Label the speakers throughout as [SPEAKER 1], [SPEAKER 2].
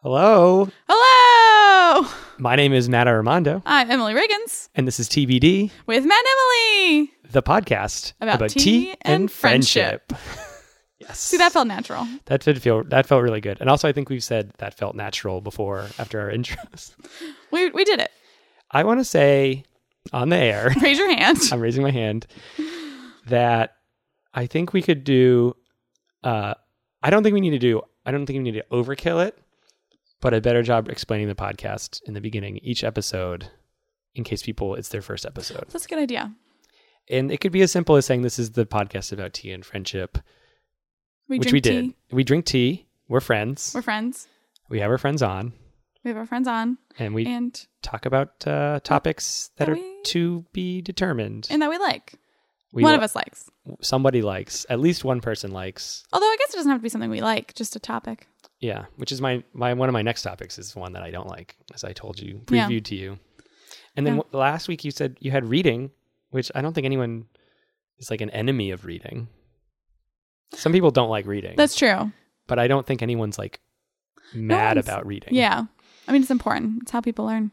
[SPEAKER 1] Hello.
[SPEAKER 2] Hello!
[SPEAKER 1] My name is Matt Armando,
[SPEAKER 2] I'm Emily Riggins
[SPEAKER 1] and this is TBD,
[SPEAKER 2] with Matt and Emily.
[SPEAKER 1] the podcast
[SPEAKER 2] About tea and
[SPEAKER 1] yes.
[SPEAKER 2] See, that felt natural.
[SPEAKER 1] that did feel that felt really good. And also I think we've said that felt natural before after our intros.
[SPEAKER 2] We, we did it.
[SPEAKER 1] I want to say on the air,
[SPEAKER 2] Raise your hand.
[SPEAKER 1] I'm raising my hand that I think we could do uh I don't think we need to do I don't think we need to overkill it, but a better job explaining the podcast in the beginning each episode in case people it's their first episode.
[SPEAKER 2] That's a good idea.
[SPEAKER 1] And it could be as simple as saying this is the podcast about tea and friendship,
[SPEAKER 2] We
[SPEAKER 1] which
[SPEAKER 2] drink
[SPEAKER 1] we
[SPEAKER 2] tea.
[SPEAKER 1] did. We drink tea. We're friends.
[SPEAKER 2] We're friends.
[SPEAKER 1] we have our friends on,
[SPEAKER 2] We have our friends on,
[SPEAKER 1] and we
[SPEAKER 2] and
[SPEAKER 1] talk about uh, topics that
[SPEAKER 2] that
[SPEAKER 1] are
[SPEAKER 2] we-
[SPEAKER 1] to be determined.
[SPEAKER 2] and that we like.
[SPEAKER 1] we
[SPEAKER 2] one
[SPEAKER 1] li-
[SPEAKER 2] of us likes.
[SPEAKER 1] somebody likes at least one person likes.
[SPEAKER 2] Although I guess it doesn't have to be something we like, just a topic.
[SPEAKER 1] Yeah, which is my my one of my next topics is one that I don't like, as I told you
[SPEAKER 2] Yeah.
[SPEAKER 1] previewed to you. And then
[SPEAKER 2] Yeah.
[SPEAKER 1] w- last week you said you had reading, which I don't think anyone is like an enemy of reading. Some people don't like reading.
[SPEAKER 2] That's true.
[SPEAKER 1] but I don't think anyone's like mad
[SPEAKER 2] one's-
[SPEAKER 1] about reading.
[SPEAKER 2] Yeah. I mean, it's important. It's how people learn.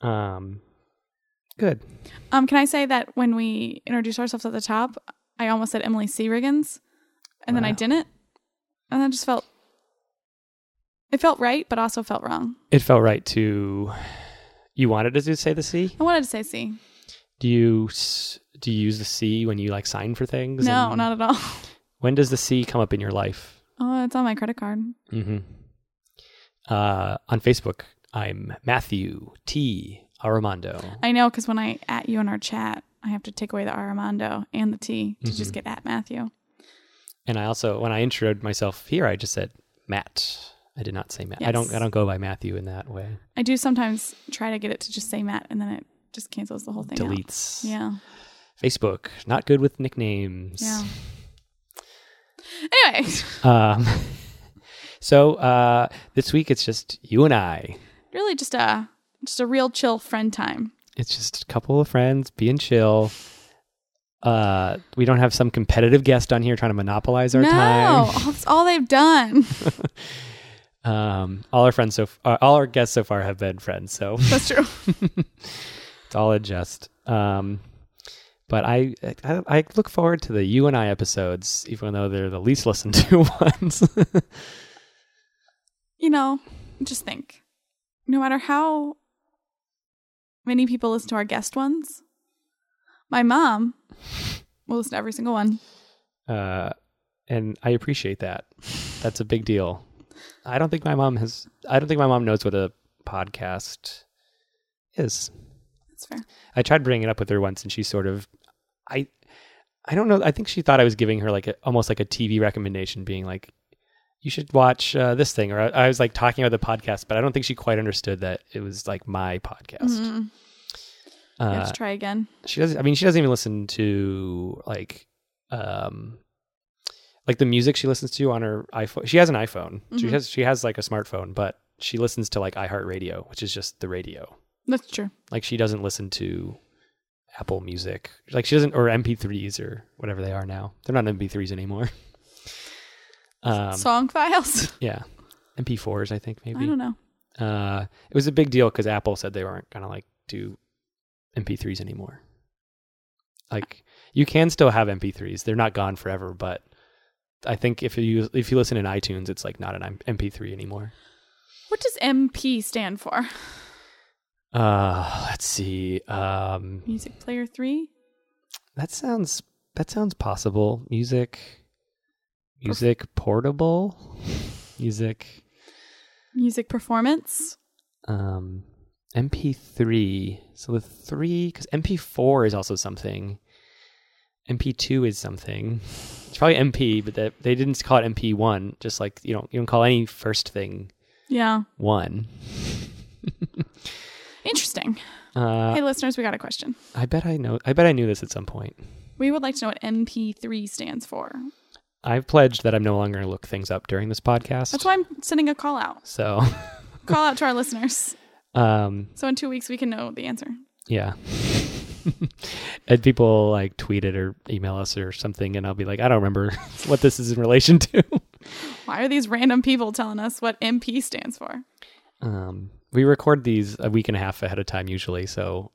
[SPEAKER 1] Um. Good.
[SPEAKER 2] Um, can I say that when we introduced ourselves at the top, I almost said Emily C. Riggins, and then I
[SPEAKER 1] Wow.
[SPEAKER 2] didn't, and that just felt. It felt right, but also felt wrong.
[SPEAKER 1] It felt right to. You wanted to say the C.
[SPEAKER 2] I wanted to say C.
[SPEAKER 1] Do you s- do you use the C when you like sign for things?
[SPEAKER 2] No,
[SPEAKER 1] And
[SPEAKER 2] not at all.
[SPEAKER 1] When does the C come up in your life?
[SPEAKER 2] Oh, it's on my credit card.
[SPEAKER 1] Mm-hmm. Uh, on Facebook, I'm Matthew T Armando.
[SPEAKER 2] I know because when I at you in our chat, I have to take away the Armando and the T to
[SPEAKER 1] Mm-hmm.
[SPEAKER 2] just get at Matthew.
[SPEAKER 1] And I also, when I introed myself here, I just said Matt. I did not say Matt. I don't.
[SPEAKER 2] Yes.
[SPEAKER 1] I don't go by Matthew in that way.
[SPEAKER 2] I do sometimes try to get it to just say Matt, and then it just cancels the whole thing. out.
[SPEAKER 1] Deletes.
[SPEAKER 2] Yeah.
[SPEAKER 1] Facebook not good with nicknames.
[SPEAKER 2] Yeah. Anyway,
[SPEAKER 1] Um, so uh, this week it's just you and I.
[SPEAKER 2] really just a just a real chill friend time.
[SPEAKER 1] It's just a couple of friends being chill. Uh, we don't have some competitive guest on here trying to monopolize our
[SPEAKER 2] no,
[SPEAKER 1] time.
[SPEAKER 2] that's all they've done.
[SPEAKER 1] Um, all our friends so f- uh, all our guests so far have been friends, so
[SPEAKER 2] That's true.
[SPEAKER 1] it's all adjust. Um, but I, I I look forward to the you and I episodes, even though they're the least listened to ones.
[SPEAKER 2] You know, just think. No matter how many people listen to our guest ones, my mom will listen to every single one.
[SPEAKER 1] uh, and I appreciate that. That's a big deal. I don't think my mom has. I don't think my mom knows what a podcast is.
[SPEAKER 2] That's fair.
[SPEAKER 1] I tried bringing it up with her once, and she sort of, I, I don't know. I think she thought I was giving her like a, almost like a TV recommendation, being like, "You should watch uh, this thing," or I, I was like talking about the podcast, but I don't think she quite understood that it was like my podcast.
[SPEAKER 2] Mm, you have
[SPEAKER 1] Uh,
[SPEAKER 2] to try again.
[SPEAKER 1] she doesn't i mean she doesn't even listen to like um like the music she listens to on her iphone she has an iphone she
[SPEAKER 2] Mhm.
[SPEAKER 1] has she has like a smartphone but she listens to like iheartradio which is just the radio
[SPEAKER 2] That's true.
[SPEAKER 1] like she doesn't listen to apple music like she doesn't or mp3s or whatever they are now they're not mp3s anymore um
[SPEAKER 2] Song files.
[SPEAKER 1] yeah mp4s i think maybe
[SPEAKER 2] I don't know.
[SPEAKER 1] uh, it was a big deal because Apple said they weren't gonna like do MP3s anymore. Like you can still have MP3s; they're not gone forever. But I think if you if you listen in iTunes, it's like not an MP3 anymore.
[SPEAKER 2] What does MP stand for?
[SPEAKER 1] Uh, let's see. Um,
[SPEAKER 2] Music player three.
[SPEAKER 1] that sounds that sounds possible. Music, music portable, music.
[SPEAKER 2] Music performance.
[SPEAKER 1] um mp3 so the three because mp4 is also something mp2 is something it's probably mp but that they didn't call it mp1 just like you don't you don't call any first thing
[SPEAKER 2] Yeah.
[SPEAKER 1] one
[SPEAKER 2] Interesting.
[SPEAKER 1] uh
[SPEAKER 2] hey, listeners, we got a question.
[SPEAKER 1] i bet i know i bet i knew this at some point
[SPEAKER 2] We would like to know what MP3 stands for.
[SPEAKER 1] i've pledged that i'm no longer going to look things up during this podcast
[SPEAKER 2] That's why I'm sending a call out.
[SPEAKER 1] so
[SPEAKER 2] Call out to our listeners.
[SPEAKER 1] um
[SPEAKER 2] So in two weeks, we can know the answer.
[SPEAKER 1] yeah and people like tweet it or email us or something and i'll be like i don't remember what this is in relation to
[SPEAKER 2] Why are these random people telling us what MP stands for?
[SPEAKER 1] Um, we record these a week and a half ahead of time usually, so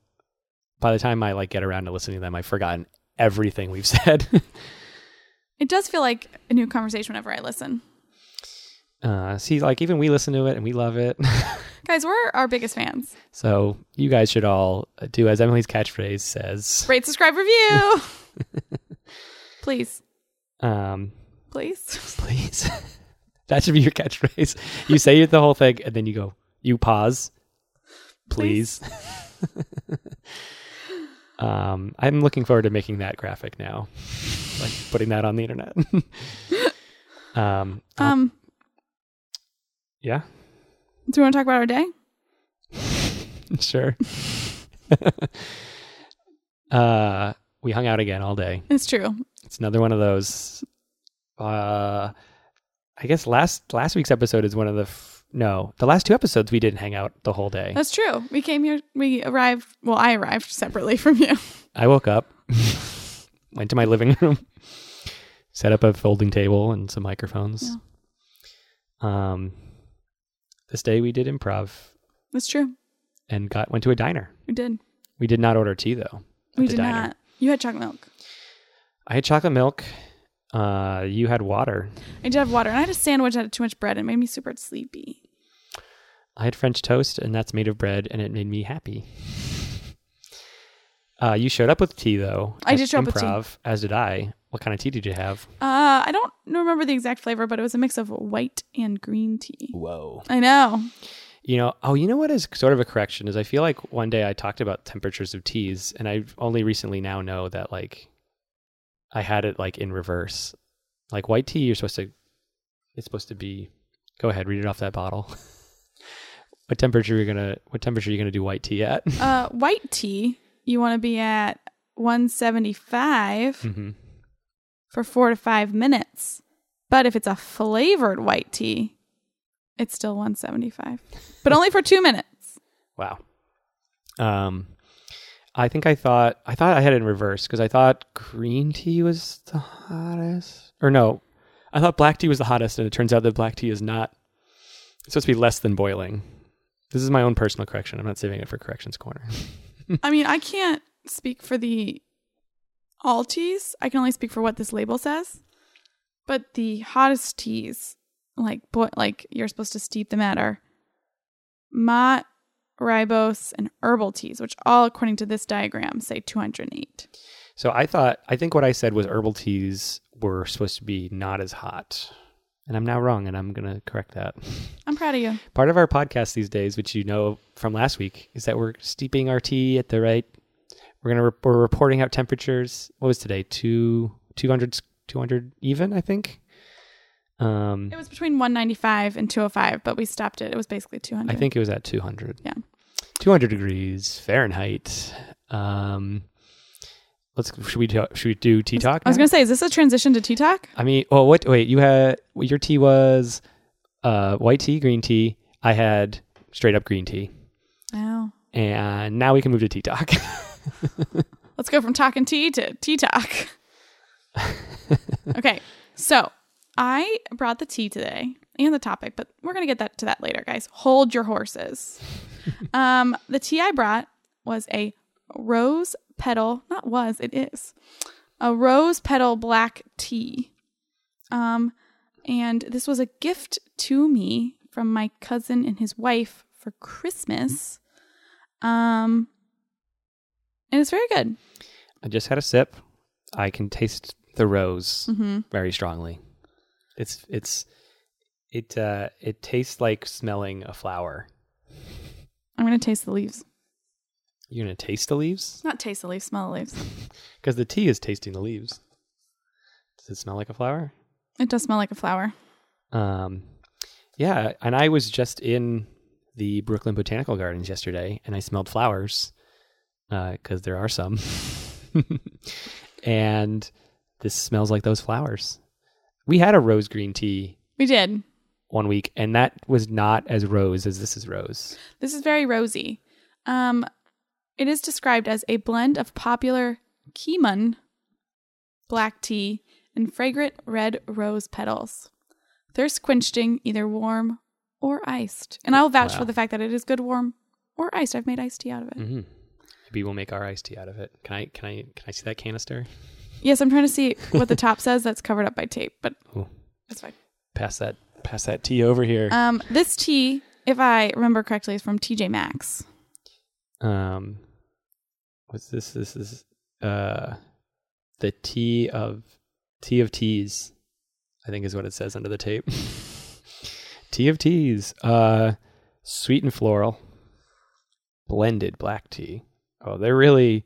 [SPEAKER 1] by the time I like get around to listening to them, I've forgotten everything we've said.
[SPEAKER 2] It does feel like a new conversation whenever I listen.
[SPEAKER 1] uh, see, like even we listen to it and we love it.
[SPEAKER 2] Guys, we're our biggest fans.
[SPEAKER 1] so you guys should all uh, do as Emily's catchphrase says.
[SPEAKER 2] Rate, subscribe, review. please,
[SPEAKER 1] Um,
[SPEAKER 2] please.
[SPEAKER 1] please. that should be your catchphrase. You say the whole thing and then you go, you pause. Please. um, I'm looking forward to making that graphic now, like putting that on the internet. um, uh,
[SPEAKER 2] Um,
[SPEAKER 1] yeah,
[SPEAKER 2] do we want to talk about our day?
[SPEAKER 1] sure. uh, we hung out again all day.
[SPEAKER 2] It's true.
[SPEAKER 1] It's another one of those. Uh, I guess last last week's episode is one of the f- no, the last two episodes we didn't hang out the whole day.
[SPEAKER 2] That's true. We came here. We arrived. Well, I arrived separately from you.
[SPEAKER 1] I woke up, went to my living room, set up a folding table and some microphones. Um, this day we did improv
[SPEAKER 2] That's true.
[SPEAKER 1] and got went to a diner.
[SPEAKER 2] We did.
[SPEAKER 1] We did not order tea though. at
[SPEAKER 2] We
[SPEAKER 1] the
[SPEAKER 2] did
[SPEAKER 1] diner.
[SPEAKER 2] not. You had chocolate milk.
[SPEAKER 1] I had chocolate milk. Uh, you had water.
[SPEAKER 2] I did have water, and I had a sandwich that had too much bread. It made me super sleepy.
[SPEAKER 1] I had French toast, and that's made of bread, and it made me happy. Uh, you showed up with tea, though.
[SPEAKER 2] I
[SPEAKER 1] at
[SPEAKER 2] did show up with tea.
[SPEAKER 1] improv, As did I. What kind of tea did you have?
[SPEAKER 2] Uh, I don't remember the exact flavor, but it was a mix of white and green tea.
[SPEAKER 1] Whoa.
[SPEAKER 2] I know.
[SPEAKER 1] You know, oh, you know what is sort of a correction is I feel like one day I talked about temperatures of teas, and I only recently now know that like I had it like in reverse. Like white tea, you're supposed to, it's supposed to be. Go ahead, read it off that bottle. what temperature are you gonna? What temperature are you gonna do white tea at?
[SPEAKER 2] Uh, white tea, you want to be at 175
[SPEAKER 1] hmm
[SPEAKER 2] for four to five minutes. But if it's a flavored white tea, it's still 175, but only for two minutes.
[SPEAKER 1] Wow. Um, I think I thought I thought I had it in reverse because I thought green tea was the hottest, or no, I thought black tea was the hottest, and it turns out that black tea is not. It's supposed to be less than boiling. This is my own personal correction. I'm not saving it for corrections corner.
[SPEAKER 2] I mean, I can't speak for the all teas. I can only speak for what this label says. But the hottest teas, like boy, like you're supposed to steep them at, are mott, ribose, and herbal teas, which all, according to this diagram, say 208.
[SPEAKER 1] So I thought I think what I said was herbal teas were supposed to be not as hot, and I'm now wrong, and I'm gonna correct that.
[SPEAKER 2] I'm proud of you.
[SPEAKER 1] Part of our podcast these days, which you know from last week, is that we're steeping our tea at the right. We're gonna rep- we're reporting out temperatures. What was today? Two 200, 200 even, I think. Um,
[SPEAKER 2] It was between 195 and 205, but we stopped it. It was basically 200.
[SPEAKER 1] I think it was at two hundred.
[SPEAKER 2] Yeah.
[SPEAKER 1] two hundred degrees Fahrenheit. Um, let's should we do, should we do tea talk?
[SPEAKER 2] I was
[SPEAKER 1] now?
[SPEAKER 2] going to say, is this a transition to tea talk?
[SPEAKER 1] I mean, well, what? Wait, you had well, your tea was uh, white tea, green tea. I had straight up green tea,
[SPEAKER 2] No.
[SPEAKER 1] and now we can move to tea talk.
[SPEAKER 2] Let's go from talking tea to tea talk. okay. So I brought the tea today and the topic, but we're going to get that to that later, guys. Hold your horses. um, the tea I brought was a rose petal, not was, it is a rose petal black tea. Um, and this was a gift to me from my cousin and his wife for Christmas. Um, and it's very good.
[SPEAKER 1] I just had a sip. I can taste the rose
[SPEAKER 2] Mm-hmm.
[SPEAKER 1] very strongly. It's it's it uh it tastes like smelling a flower.
[SPEAKER 2] I'm gonna taste the leaves.
[SPEAKER 1] You're gonna taste the leaves
[SPEAKER 2] Not taste the leaves, smell the leaves.
[SPEAKER 1] because the tea is tasting the leaves. Does it smell like a flower?
[SPEAKER 2] It does smell like a flower.
[SPEAKER 1] Um, yeah, and I was just in the Brooklyn Botanical Gardens yesterday, and I smelled flowers because there are some, and this smells like those flowers. We had a rose green tea
[SPEAKER 2] We did.
[SPEAKER 1] one week, and that was not as rose as this is rose.
[SPEAKER 2] This is very rosy. Um, it is described as a blend of popular Kimun black tea and fragrant red rose petals. There's quenching either warm or iced. And I'll vouch
[SPEAKER 1] Wow.
[SPEAKER 2] for the fact that it is good warm or iced. I've made iced tea out of it.
[SPEAKER 1] Mm-hmm. Maybe we'll make our iced tea out of it. Can I? Can I? Can I see that canister?
[SPEAKER 2] Yes, I'm trying to see what the top says that's covered up by tape, but
[SPEAKER 1] Ooh.
[SPEAKER 2] that's fine.
[SPEAKER 1] Pass that. Pass that tea over here.
[SPEAKER 2] Um, this tea, if I remember correctly, is from TJ Maxx.
[SPEAKER 1] um what's this this is uh the tea of tea of teas i think is what it says under the tape tea of teas uh sweet and floral blended black tea oh they're really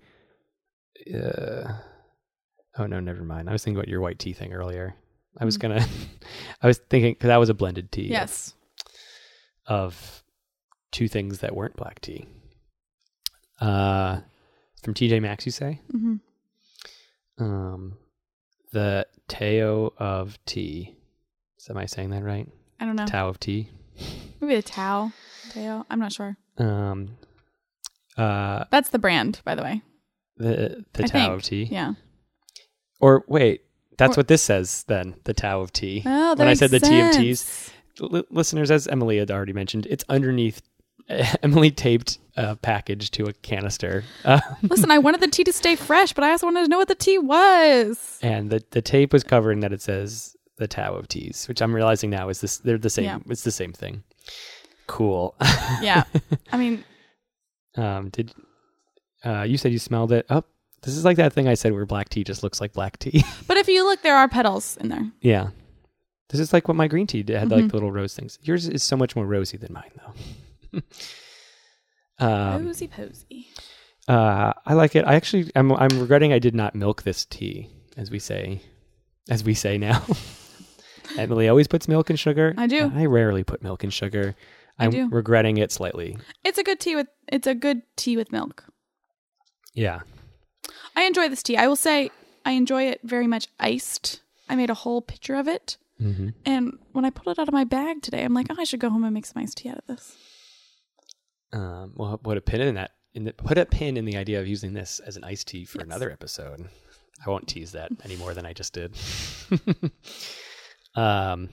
[SPEAKER 1] uh oh no never mind i was thinking about your white tea thing earlier i was
[SPEAKER 2] Mm.
[SPEAKER 1] gonna i was thinking because that was a blended tea of-
[SPEAKER 2] Yes.
[SPEAKER 1] of two things that weren't black tea. Uh, from TJ Maxx, you say?
[SPEAKER 2] hmm
[SPEAKER 1] Um, the Tao of tea. Is, am I saying that right?
[SPEAKER 2] I don't know.
[SPEAKER 1] Tao of tea.
[SPEAKER 2] Maybe the Tao. Tao. I'm not sure.
[SPEAKER 1] Um, uh,
[SPEAKER 2] That's the brand, by the way.
[SPEAKER 1] the the
[SPEAKER 2] I
[SPEAKER 1] Tao
[SPEAKER 2] think.
[SPEAKER 1] of tea.
[SPEAKER 2] Yeah.
[SPEAKER 1] Or wait, that's
[SPEAKER 2] Or-
[SPEAKER 1] what this says then. The Tao of tea.
[SPEAKER 2] Oh, that
[SPEAKER 1] when I
[SPEAKER 2] makes
[SPEAKER 1] said the tea of teas,
[SPEAKER 2] sense.
[SPEAKER 1] L- listeners, as Emily had already mentioned, it's underneath. Emily taped a package to a canister. Uh,
[SPEAKER 2] Listen, I wanted the tea to stay fresh, but I also wanted to know what the tea was.
[SPEAKER 1] and the the tape was covering that it says the Tao of Teas, which I'm realizing now is this they're the same.
[SPEAKER 2] Yeah.
[SPEAKER 1] It's the same thing. Cool.
[SPEAKER 2] Yeah. I mean,
[SPEAKER 1] um, did uh, you said you smelled it? Oh, this is like that thing I said where black tea just looks like black tea.
[SPEAKER 2] but if you look, there are petals in there.
[SPEAKER 1] yeah, this is like what my green tea did, had like the little rose things. Yours is so much more rosy than mine though. um,
[SPEAKER 2] Posy posy.
[SPEAKER 1] uh, I like it. I actually I'm I'm regretting I did not milk this tea as we say, as we say now. Emily always puts milk and sugar.
[SPEAKER 2] I do.
[SPEAKER 1] I rarely put milk and sugar.
[SPEAKER 2] I
[SPEAKER 1] I'm
[SPEAKER 2] do.
[SPEAKER 1] regretting it slightly.
[SPEAKER 2] It's a good tea with it's a good tea with milk.
[SPEAKER 1] Yeah.
[SPEAKER 2] I enjoy this tea. I will say I enjoy it very much iced. I made a whole pitcher of it.
[SPEAKER 1] Mm-hmm.
[SPEAKER 2] And when I pulled it out of my bag today, I'm like, oh, I should go home and make some iced tea out of this.
[SPEAKER 1] Um, well, put a pin in that. In the, put a pin in the idea of using this as an iced tea for
[SPEAKER 2] Yes.
[SPEAKER 1] another episode. I won't tease that any more than I just did. um,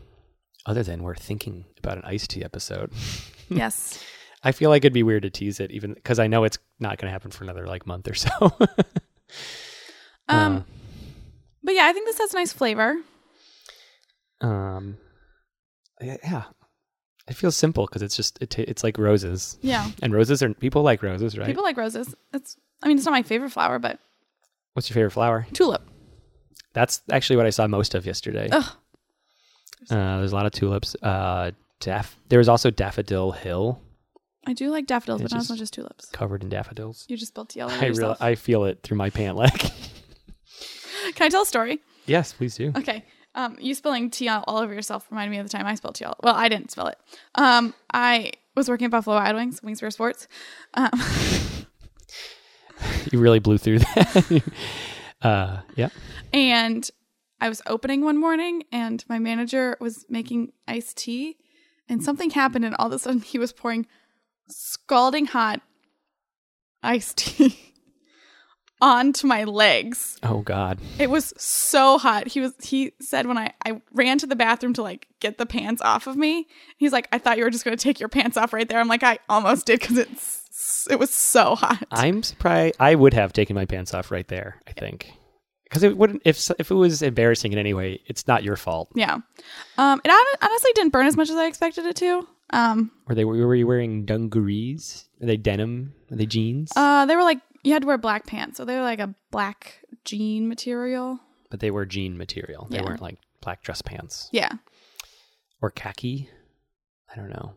[SPEAKER 1] other than we're thinking about an iced tea episode,
[SPEAKER 2] yes.
[SPEAKER 1] I feel like it'd be weird to tease it, even because I know it's not going to happen for another like month or so. Uh.
[SPEAKER 2] Um, but yeah, I think this has nice flavor.
[SPEAKER 1] um, yeah, yeah. it feels simple because it's just it ta it's like roses.
[SPEAKER 2] Yeah.
[SPEAKER 1] And roses are people like roses, right?
[SPEAKER 2] People like roses. It's I mean, it's not my favorite flower, but
[SPEAKER 1] What's your favorite flower?
[SPEAKER 2] tulip.
[SPEAKER 1] That's actually what I saw most of yesterday.
[SPEAKER 2] Ugh.
[SPEAKER 1] Uh, there's a lot of tulips. Uh, daff- there was also Daffodil Hill
[SPEAKER 2] I do like daffodils,
[SPEAKER 1] It's
[SPEAKER 2] but not as
[SPEAKER 1] just-
[SPEAKER 2] much as tulips.
[SPEAKER 1] covered in daffodils.
[SPEAKER 2] You just spilled tea all over
[SPEAKER 1] I real-
[SPEAKER 2] yourself.
[SPEAKER 1] I feel it through my pant leg.
[SPEAKER 2] Can I tell a story?
[SPEAKER 1] yes, please do.
[SPEAKER 2] Okay. Um, you spilling tea all all over yourself reminded me of the time I spilled tea all. Well, I didn't spill it. Um, I was working at Buffalo Wild Wings, Wings for Sports. Um,
[SPEAKER 1] You really blew through that. uh, yeah.
[SPEAKER 2] and I was opening one morning, and my manager was making iced tea, and something happened, and all of a sudden he was pouring scalding hot iced tea onto my legs.
[SPEAKER 1] Oh God.
[SPEAKER 2] It was so hot. He was he said when I, I ran to the bathroom to like get the pants off of me. He's like, I thought you were just gonna take your pants off right there. I'm like, I almost did because it's it was so hot.
[SPEAKER 1] I'm surprised. I would have taken my pants off right there. I think because it wouldn't. If s- if it was embarrassing in any way, it's not your fault.
[SPEAKER 2] yeah. Um it hon- honestly didn't burn as much as I expected it to. Um
[SPEAKER 1] Were they were you wearing dungarees? Are they denim? Are they jeans?
[SPEAKER 2] uh they were like you had to wear black pants, so they were like a black jean material.
[SPEAKER 1] but they were jean material. They
[SPEAKER 2] Yeah.
[SPEAKER 1] weren't like black dress pants
[SPEAKER 2] Yeah.
[SPEAKER 1] or khaki. I don't know.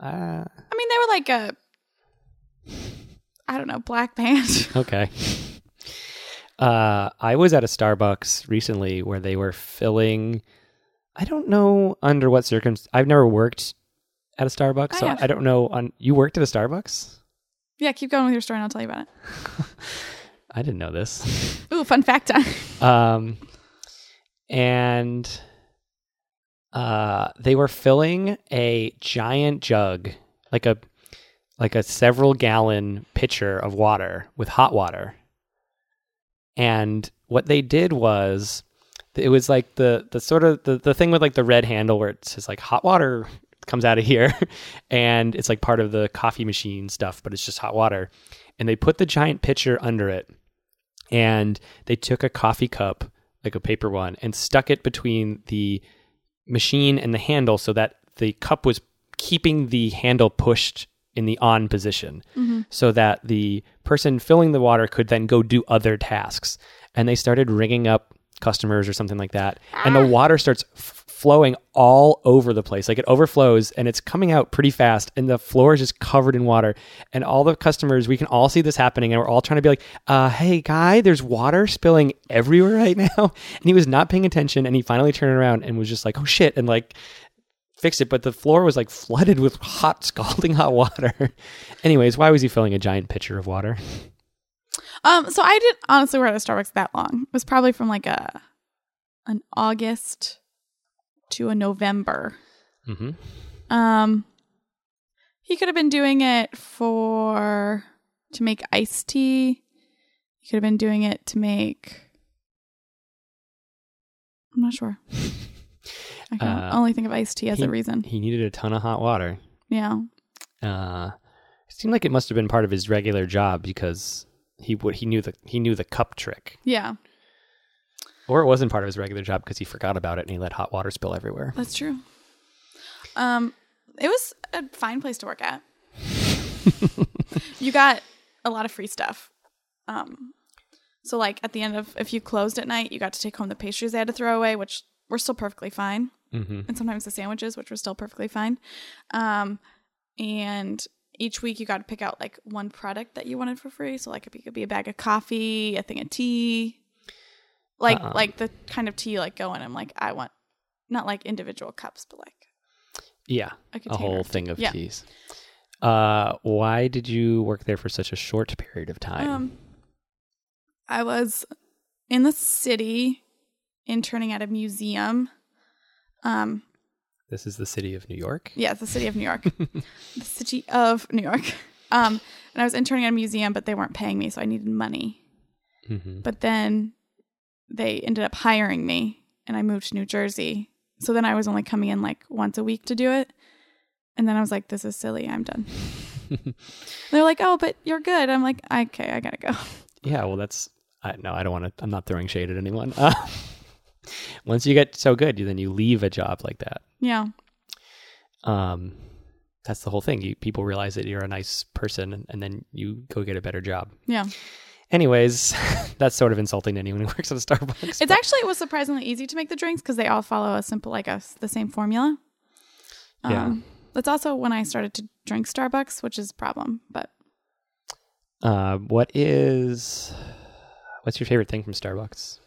[SPEAKER 1] Uh,
[SPEAKER 2] I mean they were like a I don't know, black pants.
[SPEAKER 1] okay. Uh, I was at a Starbucks recently where they were filling. I don't know under what circumstance. I've never worked at a Starbucks,
[SPEAKER 2] I
[SPEAKER 1] so
[SPEAKER 2] have.
[SPEAKER 1] I don't know. On you worked at a Starbucks?
[SPEAKER 2] yeah, keep going with your story and I'll tell you about it.
[SPEAKER 1] I didn't know this.
[SPEAKER 2] Ooh, fun fact uh, time.
[SPEAKER 1] um, and uh, they were filling a giant jug, like a like a several gallon pitcher of water with hot water. And what they did was It was like the the sort of the, the thing with like the red handle where it says like hot water comes out of here and it's like part of the coffee machine stuff, but it's just hot water. And they put the giant pitcher under it and they took a coffee cup, like a paper one, and stuck it between the machine and the handle so that the cup was keeping the handle pushed in the on position so that the person filling the water could then go do other tasks. And they started ringing up customers or something like that. And the water starts f- flowing all over the place. Like it overflows and it's coming out pretty fast. And the floor is just covered in water. And all the customers, we can all see this happening. And we're all trying to be like, uh, hey, guy, there's water spilling everywhere right now. And he was not paying attention. And he finally turned around and was just like, oh shit. And like, fixed it, but the floor was like flooded with hot, scalding hot water. Anyways, why was he filling a giant pitcher of water?
[SPEAKER 2] Um, so I didn't honestly work at a Starbucks that long. It was probably from like a an August to a November.
[SPEAKER 1] Mm-hmm.
[SPEAKER 2] Um, he could have been doing it for to make iced tea. He could have been doing it to make. I'm not sure. I can
[SPEAKER 1] Uh,
[SPEAKER 2] only think of iced tea as
[SPEAKER 1] he-
[SPEAKER 2] a reason.
[SPEAKER 1] He needed a ton of hot water.
[SPEAKER 2] Yeah.
[SPEAKER 1] Uh, it seemed like it must have been part of his regular job because he would he knew the he knew the cup trick,
[SPEAKER 2] Yeah.
[SPEAKER 1] or it wasn't part of his regular job because he forgot about it and he let hot water spill everywhere.
[SPEAKER 2] That's true. Um, it was a fine place to work at. you got a lot of free stuff. Um, so like at the end of if you closed at night, you got to take home the pastries they had to throw away, which were still perfectly fine,
[SPEAKER 1] Mm-hmm.
[SPEAKER 2] and sometimes the sandwiches, which were still perfectly fine. Um, and each week you got to pick out like one product that you wanted for free. So like it could be a bag of coffee, a thing of tea, like
[SPEAKER 1] Uh-uh.
[SPEAKER 2] like the kind of tea you like go in. I'm like I want not like individual cups, but like
[SPEAKER 1] Yeah,
[SPEAKER 2] a
[SPEAKER 1] a
[SPEAKER 2] container.
[SPEAKER 1] whole thing of
[SPEAKER 2] Yeah.
[SPEAKER 1] teas. Uh, why did you work there for such a short period of time?
[SPEAKER 2] Um, I was in the city interning at a museum. Um,
[SPEAKER 1] this is the city of New York.
[SPEAKER 2] yeah, it's the city of New York, the city of New York. Um, and I was interning at a museum, but they weren't paying me, so I needed money.
[SPEAKER 1] Mm-hmm.
[SPEAKER 2] But then they ended up hiring me, and I moved to New Jersey. So then I was only coming in like once a week to do it. And then I was like, this is silly. I'm done. They're like, oh, but you're good. I'm like, okay, I gotta go.
[SPEAKER 1] Yeah, well, that's I, no, I don't want to. I'm not throwing shade at anyone. Uh, once you get so good, you then you leave a job like that.
[SPEAKER 2] Yeah.
[SPEAKER 1] Um, that's the whole thing. You people realize that you're a nice person, and, and then you go get a better job.
[SPEAKER 2] Yeah.
[SPEAKER 1] Anyways, that's sort of insulting to anyone who works at a Starbucks.
[SPEAKER 2] It's actually it was surprisingly easy to make the drinks because they all follow a simple like us the same formula. Um,
[SPEAKER 1] Yeah.
[SPEAKER 2] That's also when I started to drink Starbucks, which is a problem. But
[SPEAKER 1] uh, what is what's your favorite thing from Starbucks?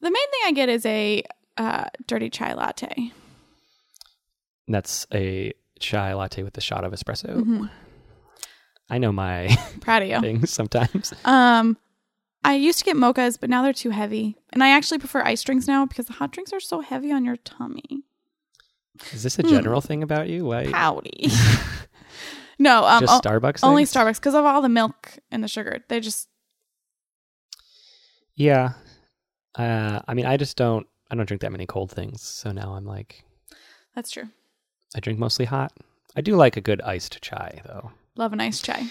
[SPEAKER 2] the main thing I get is a uh, dirty chai latte.
[SPEAKER 1] That's a chai latte with a shot of espresso.
[SPEAKER 2] Mhm.
[SPEAKER 1] I know my
[SPEAKER 2] Proud of you.
[SPEAKER 1] things sometimes.
[SPEAKER 2] Um, I used to get mochas, but now they're too heavy, and I actually prefer ice drinks now because the hot drinks are so heavy on your tummy.
[SPEAKER 1] Is this a
[SPEAKER 2] Hmm.
[SPEAKER 1] general thing about you? Why
[SPEAKER 2] Pouty. no, um,
[SPEAKER 1] just
[SPEAKER 2] o-
[SPEAKER 1] Starbucks?
[SPEAKER 2] only
[SPEAKER 1] things?
[SPEAKER 2] Starbucks because of all the milk and the sugar. They just
[SPEAKER 1] Yeah. Uh, I mean, I just don't. I don't drink that many cold things, so now I'm like,
[SPEAKER 2] that's true.
[SPEAKER 1] I drink mostly hot. I do like a good iced chai, though.
[SPEAKER 2] Love an iced chai.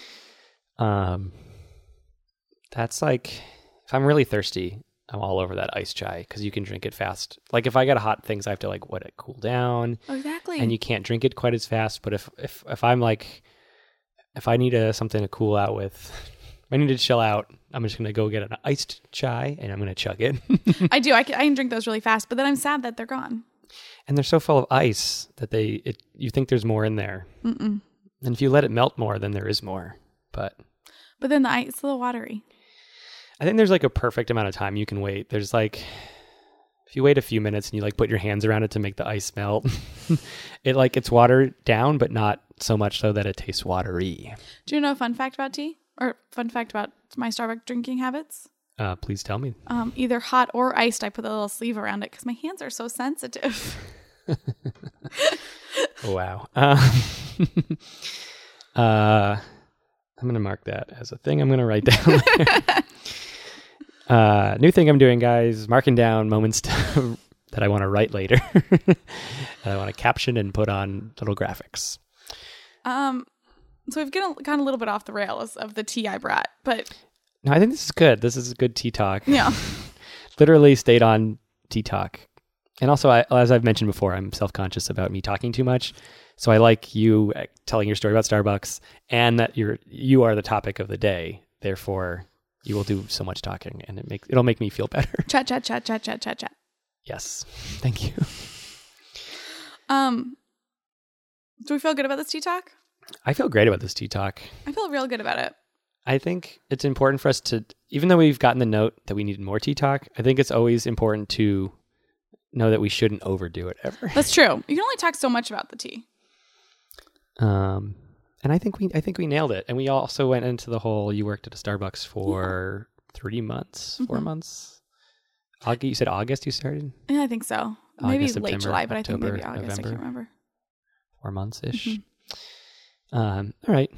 [SPEAKER 1] Um, that's like, if I'm really thirsty, I'm all over that iced chai because you can drink it fast. Like if I got hot things, I have to like let it cool down,
[SPEAKER 2] Oh, exactly.
[SPEAKER 1] and you can't drink it quite as fast. But if if if I'm like, if I need a something to cool out with, if I need to chill out, I'm just gonna go get an iced chai and I'm gonna chug it.
[SPEAKER 2] I do. I can, I can drink those really fast, but then I'm sad that they're gone.
[SPEAKER 1] and they're so full of ice that they it, you think there's more in there
[SPEAKER 2] Mm-mm.
[SPEAKER 1] and if you let it melt more then there is more but
[SPEAKER 2] But then the ice is a little watery.
[SPEAKER 1] i think there's like a perfect amount of time you can wait there's like if you wait a few minutes and you like put your hands around it to make the ice melt it like it's watered down but not so much so that it tastes watery
[SPEAKER 2] Do you know a fun fact about tea or fun fact about my Starbucks drinking habits?
[SPEAKER 1] uh, please tell me
[SPEAKER 2] Um, either hot or iced, I put a little sleeve around it because my hands are so sensitive.
[SPEAKER 1] oh, wow uh, uh, i'm gonna mark that as a thing i'm gonna write down Uh, new thing I'm doing, guys, marking down moments to, that I want to write later, that I want to caption and put on little graphics.
[SPEAKER 2] Um, so we've gone a, gone a little bit off the rails of the tea I brought, but
[SPEAKER 1] No, I think this is good. This is a good tea talk.
[SPEAKER 2] yeah,
[SPEAKER 1] Literally stayed on tea talk. And also, I, as I've mentioned before, I'm self conscious about me talking too much. So I like you uh, telling your story about Starbucks and that you're you are the topic of the day. Therefore, you will do so much talking, and it makes it'll make me feel better.
[SPEAKER 2] chat, chat, chat, chat, chat, chat, chat.
[SPEAKER 1] yes, thank you.
[SPEAKER 2] Um, do we feel good about this tea talk?
[SPEAKER 1] I feel great about this tea talk.
[SPEAKER 2] I feel real good about it.
[SPEAKER 1] I think it's important for us to, even though we've gotten the note that we needed more tea talk, I think it's always important to know that we shouldn't overdo it ever.
[SPEAKER 2] That's true. You can only talk so much about the tea.
[SPEAKER 1] Um, and I think we, I think we nailed it. And we also went into the whole you worked at a Starbucks for three months, 4
[SPEAKER 2] Mhm.
[SPEAKER 1] months. August, you said August you started,
[SPEAKER 2] Yeah, I think so. Maybe
[SPEAKER 1] August,
[SPEAKER 2] late
[SPEAKER 1] September,
[SPEAKER 2] July, but I think maybe
[SPEAKER 1] October,
[SPEAKER 2] August. I
[SPEAKER 1] November.
[SPEAKER 2] can't remember.
[SPEAKER 1] four months ish. Um, all right.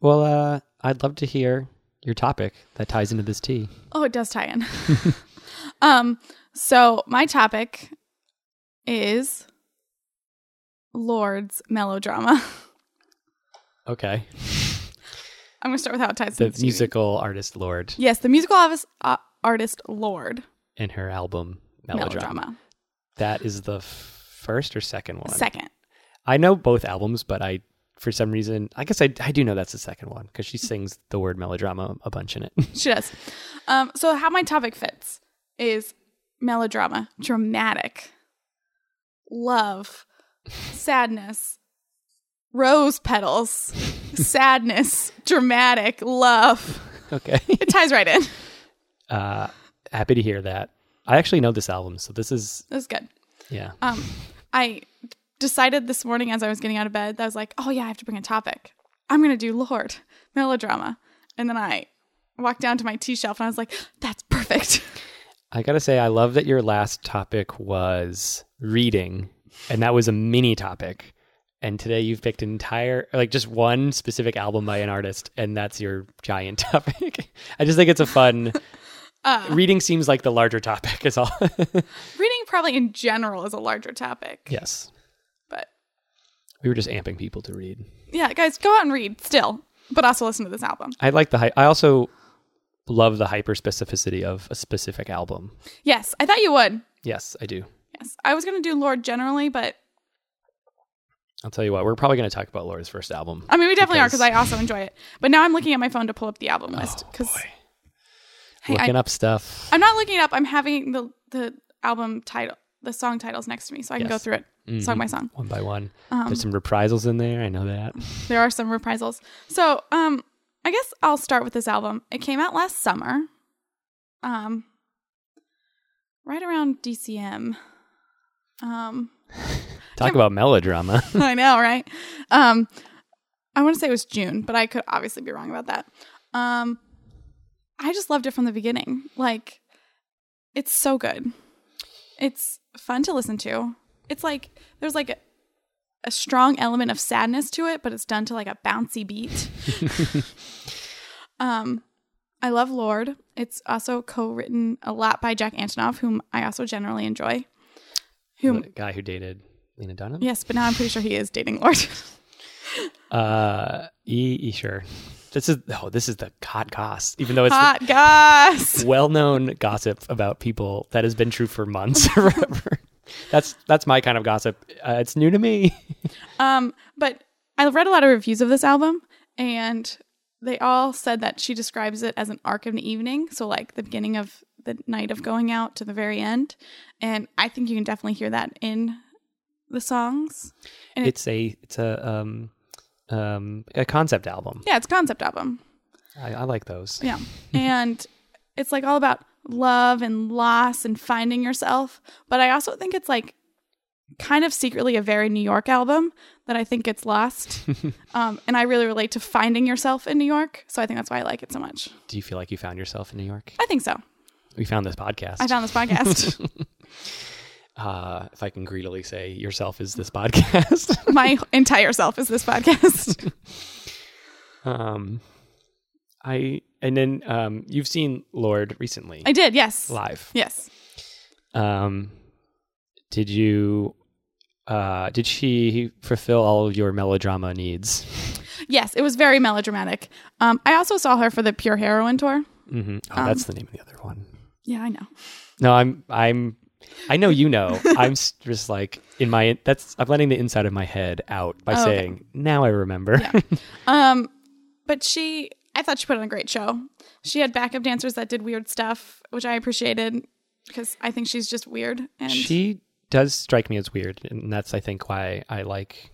[SPEAKER 1] Well, uh, I'd love to hear your topic that ties into this tea.
[SPEAKER 2] Oh, it does tie in. um, so my topic is Lord's melodrama.
[SPEAKER 1] Okay.
[SPEAKER 2] I'm gonna start with how it ties
[SPEAKER 1] The
[SPEAKER 2] to the music.
[SPEAKER 1] musical artist Lord
[SPEAKER 2] Yes, the musical office, uh, artist Lord
[SPEAKER 1] and her album Melodrama.
[SPEAKER 2] melodrama.
[SPEAKER 1] That is the f- first or second one.
[SPEAKER 2] Second,
[SPEAKER 1] I know both albums, but I, for some reason, I guess I, I do know that's the second one because she sings the word melodrama a bunch in it.
[SPEAKER 2] she does. Um, so how my topic fits is melodrama, dramatic, love, sadness, rose petals, sadness, dramatic, love.
[SPEAKER 1] okay.
[SPEAKER 2] It ties right in.
[SPEAKER 1] Uh, happy to hear that. I actually know this album, so this is
[SPEAKER 2] That's good.
[SPEAKER 1] yeah.
[SPEAKER 2] Um, I decided this morning as I was getting out of bed that I was like, oh yeah, I have to bring a topic. I'm gonna do Lord melodrama, and then I walked down to my tea shelf and I was like, that's perfect.
[SPEAKER 1] I gotta say, I love that your last topic was reading, and that was a mini topic. And today you've picked an entire, like just one specific album by an artist, and that's your giant topic. I just think it's a fun. reading seems like the larger topic, is all.
[SPEAKER 2] Reading probably in general is a larger topic,
[SPEAKER 1] yes.
[SPEAKER 2] but
[SPEAKER 1] We were just amping people to read.
[SPEAKER 2] yeah, guys, go out and read still, but also listen to this album.
[SPEAKER 1] I like the hy- I also love the hyper specificity of a specific album.
[SPEAKER 2] Yes, I thought you would.
[SPEAKER 1] Yes, I do.
[SPEAKER 2] Yes, I was gonna do Lord generally, but
[SPEAKER 1] I'll tell you what, we're probably going to talk about Laura's first album.
[SPEAKER 2] I mean we definitely are
[SPEAKER 1] Because- Oh,
[SPEAKER 2] because I also enjoy it. But now I'm looking at my phone to pull up the album list because hey, I,
[SPEAKER 1] Looking up stuff.
[SPEAKER 2] I'm not looking it up. I'm having the the album title, the song titles next to me, so I can go
[SPEAKER 1] Yes.
[SPEAKER 2] through it song by song.
[SPEAKER 1] Mm-hmm. one
[SPEAKER 2] Um,
[SPEAKER 1] by one. There's some reprisals in there. I know that.
[SPEAKER 2] There are some reprisals. So, um, I guess I'll start with this album. It came out last summer, um, right around DCM. Um,
[SPEAKER 1] Talk about melodrama.
[SPEAKER 2] I know, right? Um, I want to say it was June, but I could obviously be wrong about that. Um, I just loved it from the beginning. Like, it's so good. It's fun to listen to. It's like there's like a, a strong element of sadness to it, but it's done to like a bouncy beat. um, I love Lord. It's also co-written a lot by Jack Antonoff, whom I also generally enjoy. Whom,
[SPEAKER 1] The guy who dated Lena Dunham.
[SPEAKER 2] yes, but now I'm pretty sure he is dating Lord.
[SPEAKER 1] Uh, e, e sure. This is oh, this is the hot goss. Even though it's the
[SPEAKER 2] hot goss.
[SPEAKER 1] well-known gossip about people that has been true for months or whatever. That's that's my kind of gossip. Uh, it's new to me.
[SPEAKER 2] Um, but I read a lot of reviews of this album, and they all said that she describes it as an arc of an evening. So like the beginning of the night of going out to the very end, and I think you can definitely hear that in the songs. And it-
[SPEAKER 1] it's a it's a um um a concept album.
[SPEAKER 2] yeah, it's a concept album.
[SPEAKER 1] I, I like those.
[SPEAKER 2] Yeah. and it's like all about love and loss and finding yourself. But I also think it's like kind of secretly a very New York album that I think gets lost. um, and I really relate to finding yourself in New York. So I think that's why I like it so much.
[SPEAKER 1] Do you feel like you found yourself in New York?
[SPEAKER 2] I think so.
[SPEAKER 1] We found this podcast.
[SPEAKER 2] I found this podcast.
[SPEAKER 1] uh, if I can greedily say yourself is this podcast.
[SPEAKER 2] My entire self is this podcast.
[SPEAKER 1] um, I and then um, you've seen Lord recently
[SPEAKER 2] I did, yes.
[SPEAKER 1] live.
[SPEAKER 2] Yes.
[SPEAKER 1] Um, did you? Uh, did she fulfill all of your melodrama needs?
[SPEAKER 2] Yes, it was very melodramatic. Um, I also saw her for the Pure Heroine tour.
[SPEAKER 1] hmm Oh, that's the
[SPEAKER 2] Um,
[SPEAKER 1] name of the other one.
[SPEAKER 2] Yeah, I know.
[SPEAKER 1] No, I'm I'm I know you know. I'm s- just like in my that's I'm letting the inside of my head out by
[SPEAKER 2] Oh, okay.
[SPEAKER 1] saying now I remember.
[SPEAKER 2] Um, but she, I thought she put on a great show. She had backup dancers that did weird stuff, which I appreciated because I think she's just weird. And
[SPEAKER 1] she does strike me as weird, and that's I think why I like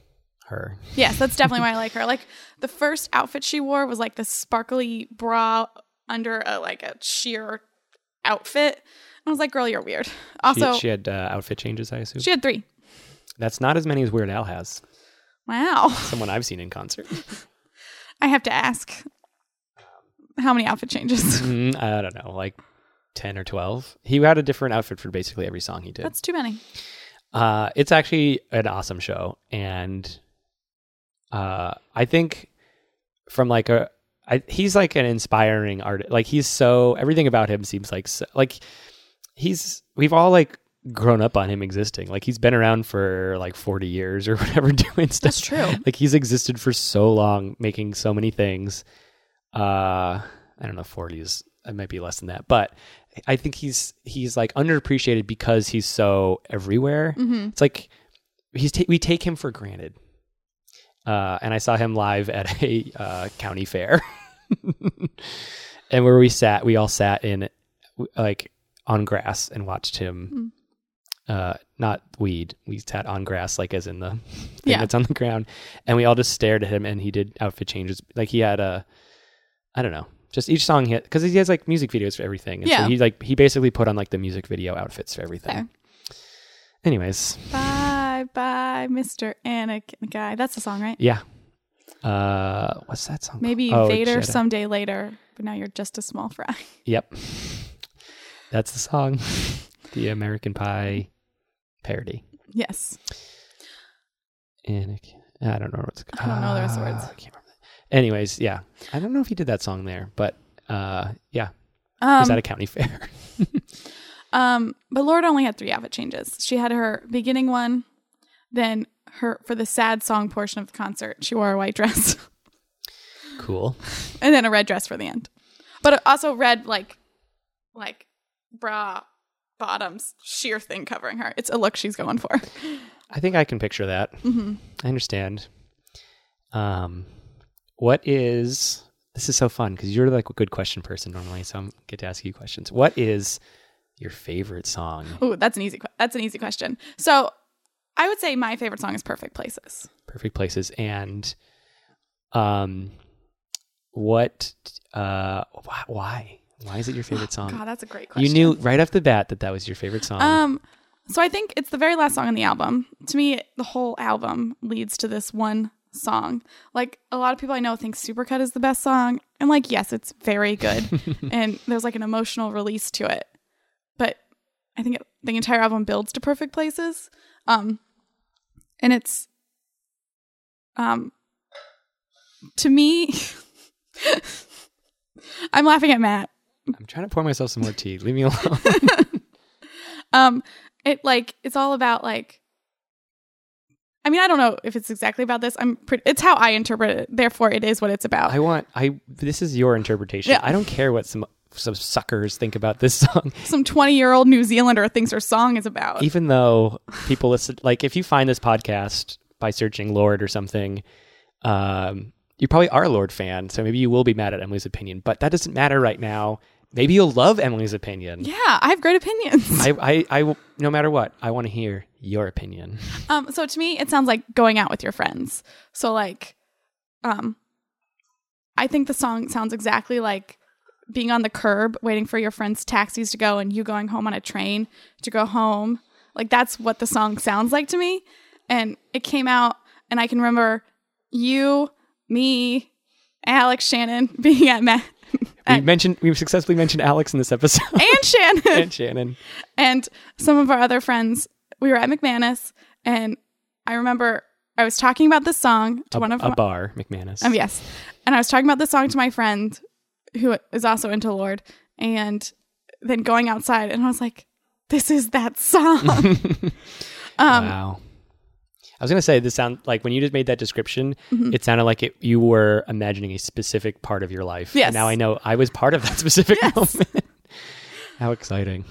[SPEAKER 1] her.
[SPEAKER 2] yes, that's definitely why I like her. Like the first outfit she wore was like this sparkly bra under a like a sheer outfit. I was like, girl, you're weird.
[SPEAKER 1] She,
[SPEAKER 2] Also, she,
[SPEAKER 1] she had uh, outfit changes, I assume.
[SPEAKER 2] had three.
[SPEAKER 1] that's not as many as Weird Al has.
[SPEAKER 2] Wow.
[SPEAKER 1] Someone I've seen in concert.
[SPEAKER 2] I have to ask how many outfit changes?
[SPEAKER 1] Mm, I don't know, like ten or twelve. He had a different outfit for basically every song he did.
[SPEAKER 2] That's too many.
[SPEAKER 1] Uh, it's actually an awesome show, and uh, I think from like a, I, he's like an inspiring artist. Like he's so everything about him seems like so, like he's we've all like grown up on him existing. Like he's been around for like forty years or whatever doing stuff.
[SPEAKER 2] That's true.
[SPEAKER 1] Like he's existed for so long, making so many things. Uh, I don't know, forty is it might be less than that, but I think he's he's like underappreciated because he's so everywhere.
[SPEAKER 2] Mm-hmm.
[SPEAKER 1] It's like he's ta- we take him for granted. Uh, and I saw him live at a uh, county fair, and where we sat, we all sat in like on grass and watched him.
[SPEAKER 2] Hmm.
[SPEAKER 1] Uh, not weed. We sat on grass, like as in the thing
[SPEAKER 2] Yeah.
[SPEAKER 1] that's on the ground, and we all just stared at him. And he did outfit changes. Like he had a, I don't know, just each song hit because he has like music videos for everything. And
[SPEAKER 2] Yeah.
[SPEAKER 1] So he like he basically put on like the music video outfits for everything.
[SPEAKER 2] Fair.
[SPEAKER 1] Anyways,
[SPEAKER 2] Bye, bye, Mr. Anakin guy. That's the song, right?
[SPEAKER 1] Yeah. Uh, what's that song?
[SPEAKER 2] Maybe
[SPEAKER 1] called? Oh,
[SPEAKER 2] Vader
[SPEAKER 1] Jedi.
[SPEAKER 2] someday later, but now you're just a small fry.
[SPEAKER 1] Yep. That's the song. the American Pie parody.
[SPEAKER 2] yes.
[SPEAKER 1] And I don't know what's. Ah,
[SPEAKER 2] I don't know the rest of the words.
[SPEAKER 1] I can't remember. Anyways, yeah. I don't know if he did that song there, but uh, yeah, it was
[SPEAKER 2] Um,
[SPEAKER 1] at a county fair.
[SPEAKER 2] um, but Lord only had three outfit changes. She had her beginning one, then her for the sad song portion of the concert, she wore a white dress,
[SPEAKER 1] cool.
[SPEAKER 2] and then a red dress for the end. But also red like, like bra bottoms sheer thing covering her. It's a look she's going for.
[SPEAKER 1] I think I can picture that.
[SPEAKER 2] hmm
[SPEAKER 1] I understand. Um, what is this is so fun because you're like a good question person normally, so I'm get to ask you questions. What is your favorite song?
[SPEAKER 2] Ooh, that's an easy que- that's an easy question. So, I would say my favorite song is "Perfect Places."
[SPEAKER 1] perfect places and um what uh wh- why why is it your favorite song
[SPEAKER 2] God, that's a great question.
[SPEAKER 1] Um, you knew right off the bat that that was your favorite song
[SPEAKER 2] Um, so I think it's the very last song on the album. To me, the whole album leads to this one song. Like a lot of people I know think Supercut is the best song, and like yes, it's very good, and there's like an emotional release to it. But I think it, the entire album builds to Perfect Places, um, and it's, um, to me, I'm laughing at Matt.
[SPEAKER 1] i'm trying to pour myself some more tea leave me alone
[SPEAKER 2] um it like it's all about like i mean i don't know if it's exactly about this i'm pretty it's how i interpret it therefore it is what it's about
[SPEAKER 1] i want i this is your interpretation
[SPEAKER 2] Yeah.
[SPEAKER 1] i don't care what some some suckers think about this song
[SPEAKER 2] some 20 year old new zealander thinks her song is about
[SPEAKER 1] even though people listen like if you find this podcast by searching lord or something um you probably are a lord fan so maybe you will be mad at emily's opinion but that doesn't matter right now maybe you'll love emily's opinion
[SPEAKER 2] yeah i have great opinions
[SPEAKER 1] I, I, I will- no matter what, I want to hear your opinion.
[SPEAKER 2] um so to me it sounds like going out with your friends so like um i think the song sounds exactly like being on the curb waiting for your friends taxis to go and you going home on a train to go home like that's what the song sounds like to me and it came out and i can remember you me alex shannon being at matt
[SPEAKER 1] We mentioned, we've successfully mentioned Alex in this episode
[SPEAKER 2] and shannon
[SPEAKER 1] and Shannon.
[SPEAKER 2] and some of our other friends we were at mcmanus and i remember i was talking about this song to
[SPEAKER 1] A,
[SPEAKER 2] one of
[SPEAKER 1] a
[SPEAKER 2] my- Oh,
[SPEAKER 1] bar, McManus.
[SPEAKER 2] Um, yes. And I was talking about this song to my friend who is also into Lord, and then going outside, and I was like, "This is that song." um,
[SPEAKER 1] wow. I was gonna say this sound like when you just made that description,
[SPEAKER 2] Mm-hmm.
[SPEAKER 1] it sounded like it, you were imagining a specific part of your life.
[SPEAKER 2] Yes.
[SPEAKER 1] And now I know I was part of that specific
[SPEAKER 2] Yes.
[SPEAKER 1] moment. How exciting!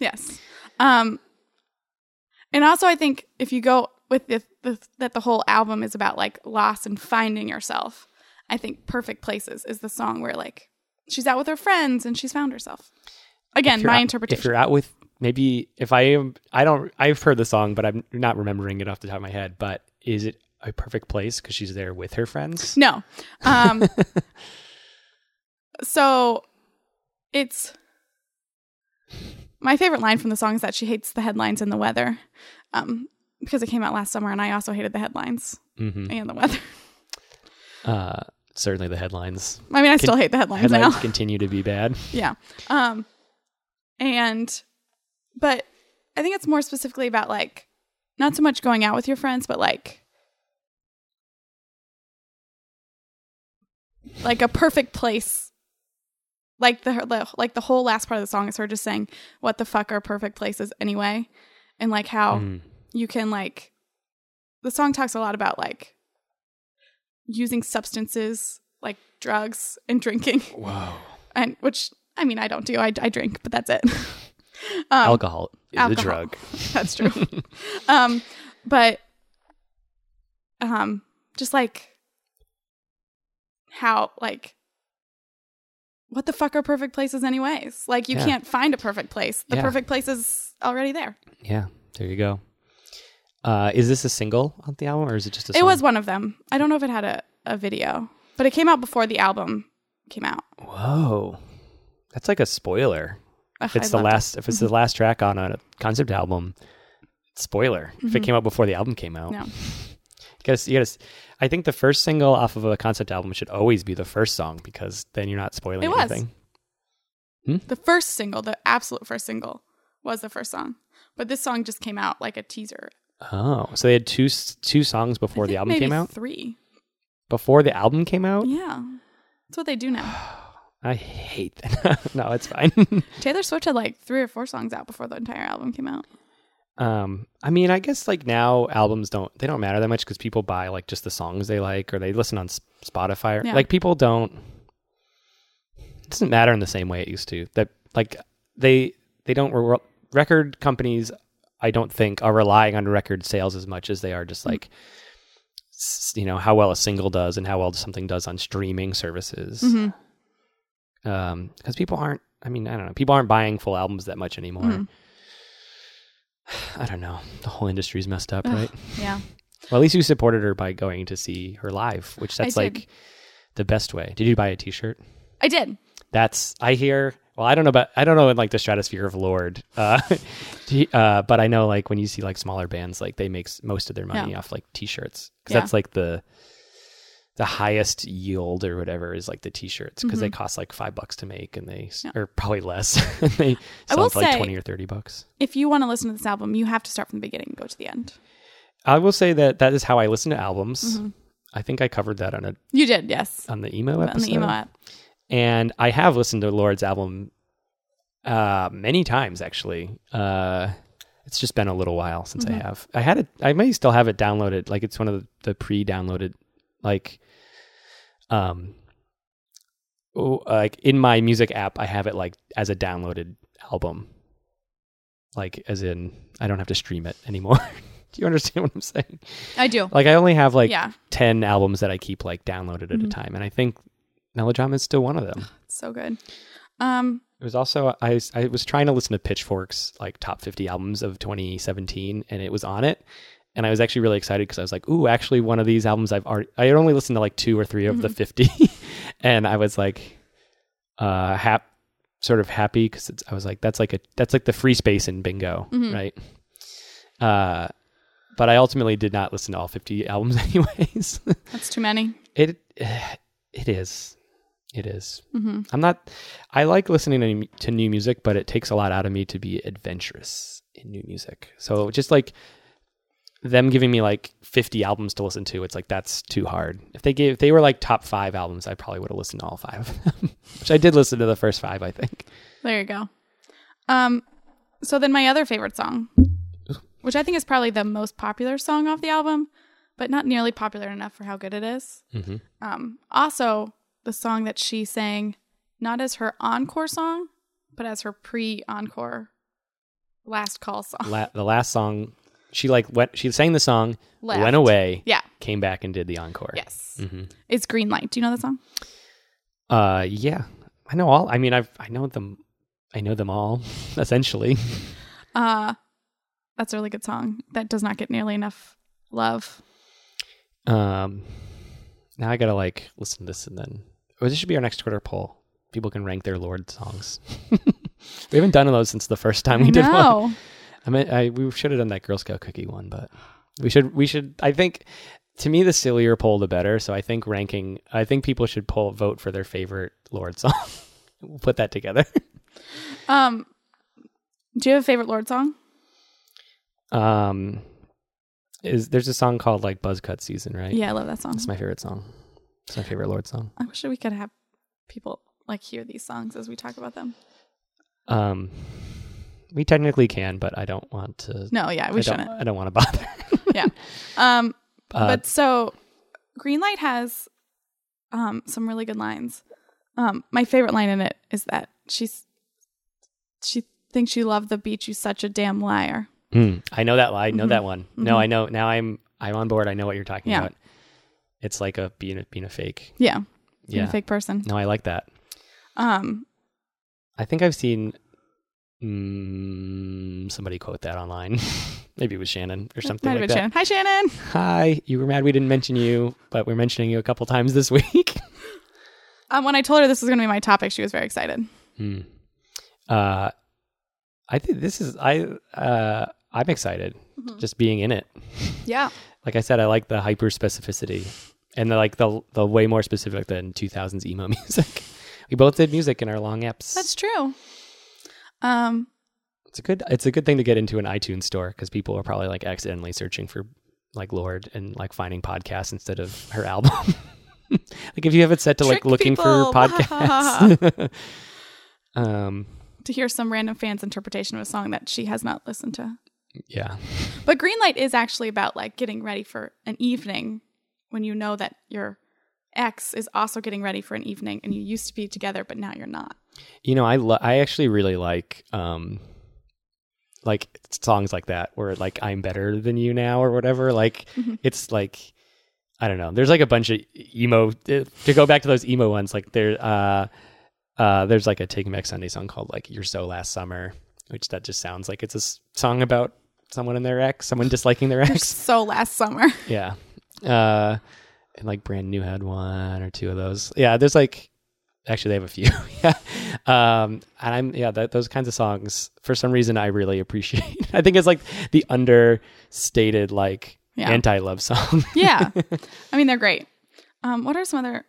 [SPEAKER 2] Yes. Um and also I think if you go with the, the that the whole album is about like loss and finding yourself. I think Perfect Places is the song where like she's out with her friends and she's found herself. Again,
[SPEAKER 1] If you're
[SPEAKER 2] my
[SPEAKER 1] out- If
[SPEAKER 2] interpretation.
[SPEAKER 1] you're out with maybe if I am, I don't. I've heard the song, but I'm not remembering it off the top of my head. But is it a perfect place because she's there with her friends?
[SPEAKER 2] No. Um So it's my favorite line from the song is that she hates the headlines and the weather. Um because it came out last summer and I also hated the headlines
[SPEAKER 1] hmm
[SPEAKER 2] and the weather.
[SPEAKER 1] Uh, certainly, the headlines
[SPEAKER 2] I mean, I still hate the headlines,
[SPEAKER 1] headlines
[SPEAKER 2] now.
[SPEAKER 1] continue to be bad.
[SPEAKER 2] yeah. Um, and, but I think it's more specifically about like, not so much going out with your friends, but like, like a perfect place. Like the, the like the whole last part of the song is her just saying, "What the fuck are perfect places anyway?" And like how
[SPEAKER 1] Mm.
[SPEAKER 2] you can like the song talks a lot about like using substances like drugs and drinking
[SPEAKER 1] Whoa.
[SPEAKER 2] and which i mean i don't do i, I drink but that's it um,
[SPEAKER 1] alcohol is
[SPEAKER 2] alcohol.
[SPEAKER 1] a drug.
[SPEAKER 2] that's true um but um just like how like what the fuck are perfect places anyways like you
[SPEAKER 1] Yeah.
[SPEAKER 2] can't find a perfect place the
[SPEAKER 1] Yeah.
[SPEAKER 2] perfect place is already there
[SPEAKER 1] Yeah, there you go. Uh, is this a single on the album, or is it just a?
[SPEAKER 2] It
[SPEAKER 1] song?
[SPEAKER 2] was one of them. I don't know if it had a, a video, but it came out before the album came out.
[SPEAKER 1] Whoa, that's like a spoiler.
[SPEAKER 2] Ugh,
[SPEAKER 1] If it's
[SPEAKER 2] I
[SPEAKER 1] the
[SPEAKER 2] loved it. Mm-hmm.
[SPEAKER 1] last, if it's the last track on a concept album, spoiler. If
[SPEAKER 2] Mm-hmm.
[SPEAKER 1] it came out before the album came out,
[SPEAKER 2] No.
[SPEAKER 1] Because you gotta, s- I think the first single off of a concept album should always be the first song because then you're not spoiling
[SPEAKER 2] It was.
[SPEAKER 1] anything.
[SPEAKER 2] The first single, the absolute first single, was the first song. But this song just came out like a teaser.
[SPEAKER 1] Oh, so they had two s- two songs
[SPEAKER 2] I
[SPEAKER 1] before the
[SPEAKER 2] think
[SPEAKER 1] album
[SPEAKER 2] maybe
[SPEAKER 1] came out.
[SPEAKER 2] Three.
[SPEAKER 1] Before the album came out,
[SPEAKER 2] Yeah. That's what they do now.
[SPEAKER 1] I hate that. no, it's fine.
[SPEAKER 2] Taylor Swift had like three or four songs out before the entire album came out.
[SPEAKER 1] Um, I mean, I guess like now albums don't they don't matter that much because people buy like just the songs they like or they listen on S- Spotify. Or,
[SPEAKER 2] Yeah.
[SPEAKER 1] Like people don't. It doesn't matter in the same way it used to. That like they they don't re- record companies. I don't think are relying on record sales as much as they are just like s- you know how well a single does and how well something does on streaming services.
[SPEAKER 2] Mhm.
[SPEAKER 1] Um, because people aren't. I mean, I don't know. People aren't buying full albums that much anymore.
[SPEAKER 2] Mhm.
[SPEAKER 1] I don't know. The whole industry's messed up,
[SPEAKER 2] Ugh.
[SPEAKER 1] right?
[SPEAKER 2] Yeah.
[SPEAKER 1] Well, at least you supported her by going to see her live, which
[SPEAKER 2] I
[SPEAKER 1] that's
[SPEAKER 2] did.
[SPEAKER 1] like the best way. Did you buy a T-shirt?
[SPEAKER 2] I did.
[SPEAKER 1] That's I hear. Well, I don't know about I don't know in like the stratosphere of Lord, uh, t- uh, but I know like when you see like smaller bands, like they make s- most of their money
[SPEAKER 2] Yeah.
[SPEAKER 1] off like T-shirts because
[SPEAKER 2] Yeah.
[SPEAKER 1] that's like the the highest yield or whatever is like the T-shirts because they cost like five bucks to make and they s
[SPEAKER 2] Mm-hmm. Yeah.
[SPEAKER 1] or probably less. they
[SPEAKER 2] I
[SPEAKER 1] sell
[SPEAKER 2] will
[SPEAKER 1] for like
[SPEAKER 2] say-
[SPEAKER 1] twenty or thirty bucks.
[SPEAKER 2] If you want to listen to this album, you have to start from the beginning and go to the end.
[SPEAKER 1] I will say that that is how I listen to albums. I think I covered that on a
[SPEAKER 2] You did, yes.
[SPEAKER 1] on the emo
[SPEAKER 2] Mm-hmm. On
[SPEAKER 1] episode.
[SPEAKER 2] the emo app.
[SPEAKER 1] and I have listened to Lord's album uh, many times actually. Uh, it's just been a little while since
[SPEAKER 2] Mm-hmm.
[SPEAKER 1] I have. I had it. I may still have it downloaded. Like it's one of the, the pre-downloaded, like, um, oh, like in my music app, I have it like as a downloaded album. Like as in, I don't have to stream it anymore. Do you understand what I'm saying?
[SPEAKER 2] I do.
[SPEAKER 1] Like I only have like
[SPEAKER 2] yeah.
[SPEAKER 1] 10 albums that I keep like downloaded at a time. And I think Melodrama is still one of them.
[SPEAKER 2] So good. Um,
[SPEAKER 1] It was also, I, I was trying to listen to Pitchfork's like top 50 albums of 2017 and it was on it. And I was actually really excited because I was like, ooh, actually one of these albums I've already, I had only listened to like two or three of the 50. and I was like, uh, hap, sort of happy because I was like, that's like a, that's like the free space in bingo,
[SPEAKER 2] Mhm.
[SPEAKER 1] right? Uh, but I ultimately did not listen to all 50 albums anyways.
[SPEAKER 2] that's too many.
[SPEAKER 1] It it is. It is.
[SPEAKER 2] Mm-hmm.
[SPEAKER 1] I'm not I like listening to new, to new music, but it takes a lot out of me to be adventurous in new music. So just like them giving me like 50 albums to listen to, it's like that's too hard. If they gave if they were like top 5 albums, I probably would have listened to all 5 of them. Which I did listen to the first 5, I think.
[SPEAKER 2] There you go. Um, so then my other favorite song, which I think is probably the most popular song off the album, but not nearly popular enough for how good it is.
[SPEAKER 1] Mhm.
[SPEAKER 2] Um, also the song that she sang, not as her encore song, but as her pre-encore last call song.
[SPEAKER 1] La- the last song she like went she sang the song,
[SPEAKER 2] Left.
[SPEAKER 1] went away,
[SPEAKER 2] Yeah.
[SPEAKER 1] came back and did the encore.
[SPEAKER 2] Yes.
[SPEAKER 1] Mhm.
[SPEAKER 2] It's Green Light. Do you know that song?
[SPEAKER 1] Uh, yeah, I know all. I mean, I've I know them. I know them all essentially.
[SPEAKER 2] Uh, that's a really good song that does not get nearly enough love.
[SPEAKER 1] Um, now I gotta like listen to this and then. Oh, this should be our next Twitter poll. People can rank their Lord songs. we haven't done those since the first time we did one.
[SPEAKER 2] no.
[SPEAKER 1] I mean, I we should have done that Girl Scout cookie one, but we should we should. I think to me the sillier poll the better. So I think ranking. I think people should poll vote for their favorite Lord song. we'll put that together.
[SPEAKER 2] Um, do you have a favorite Lord song?
[SPEAKER 1] um is there's a song called like buzz cut season right
[SPEAKER 2] Yeah, I love that song.
[SPEAKER 1] it's my favorite song it's my favorite lord song
[SPEAKER 2] I wish that we could have people like hear these songs as we talk about them.
[SPEAKER 1] um we technically can but i don't want to
[SPEAKER 2] No, yeah,
[SPEAKER 1] I
[SPEAKER 2] we
[SPEAKER 1] don't,
[SPEAKER 2] shouldn't.
[SPEAKER 1] I don't want to bother
[SPEAKER 2] Um,
[SPEAKER 1] uh,
[SPEAKER 2] but so Greenlight has um some really good lines. Um, my favorite line in it is that she's she thinks you love the beach. You such a damn liar.
[SPEAKER 1] mm, i know that i know
[SPEAKER 2] Mhm.
[SPEAKER 1] that one no
[SPEAKER 2] Mhm.
[SPEAKER 1] i know now i'm i'm on board i know what you're talking
[SPEAKER 2] Yeah.
[SPEAKER 1] about it's like a being a being a fake
[SPEAKER 2] Yeah, yeah.
[SPEAKER 1] yeah
[SPEAKER 2] a fake person.
[SPEAKER 1] no i like that
[SPEAKER 2] Um,
[SPEAKER 1] i think i've seen mm, somebody quote that online maybe it was shannon or something
[SPEAKER 2] might
[SPEAKER 1] like
[SPEAKER 2] have
[SPEAKER 1] that
[SPEAKER 2] been Shannon. Hi, Shannon.
[SPEAKER 1] Hi, you were mad we didn't mention you, but we're mentioning you a couple times this week.
[SPEAKER 2] Um, when I told her this was going to be my topic, she was very excited.
[SPEAKER 1] Hmm. Uh, I think this is I. Uh, I'm excited just being in it.
[SPEAKER 2] Yeah.
[SPEAKER 1] Like I said, I like the hyper specificity and the, like the the way more specific than 2000s emo music. we both did music in our long apps.
[SPEAKER 2] That's true. Um,
[SPEAKER 1] it's a good it's a good thing to get into an iTunes store because people are probably like accidentally searching for like Lord and like finding podcasts instead of her album. like if you have it set to like
[SPEAKER 2] Trick
[SPEAKER 1] looking
[SPEAKER 2] people.
[SPEAKER 1] for podcasts. um
[SPEAKER 2] to hear some random fan's interpretation of a song that she has not listened to.
[SPEAKER 1] yeah.
[SPEAKER 2] But Greenlight is actually about like getting ready for an evening when you know that your ex is also getting ready for an evening and you used to be together, but now you're not.
[SPEAKER 1] You know, I lo- I actually really like um like songs like that where like I'm better than you now or whatever. Like
[SPEAKER 2] Mhm.
[SPEAKER 1] it's like I don't know. There's like a bunch of emo eh, to go back to those emo ones. Like there uh uh there's like a Take Me Back Sunday song called like You're So Last Summer, which that just sounds like it's a s- song about someone and their ex, someone disliking their
[SPEAKER 2] You're
[SPEAKER 1] ex.
[SPEAKER 2] so last summer.
[SPEAKER 1] yeah. Uh and like brand new had one or two of those. Yeah, there's like actually they have a few yeah um and i'm yeah that, those kinds of songs for some reason i really appreciate i think it's like the understated like
[SPEAKER 2] Yeah.
[SPEAKER 1] anti-love song
[SPEAKER 2] yeah. I mean, they're great. Um, what are some other?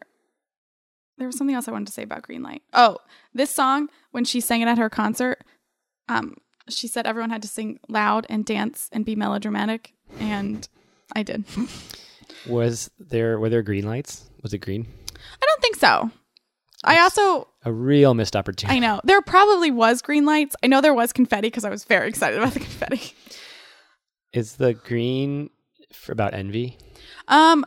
[SPEAKER 2] There was something else I wanted to say about Greenlight. Oh, this song when she sang it at her concert, um, she said everyone had to sing loud and dance and be melodramatic, and I did. I
[SPEAKER 1] was there were there green lights was it green
[SPEAKER 2] don't think so. I also,
[SPEAKER 1] a real missed opportunity
[SPEAKER 2] I know there probably was green lights. I know there was confetti because I was very excited about the confetti.
[SPEAKER 1] is the green for about envy
[SPEAKER 2] Um,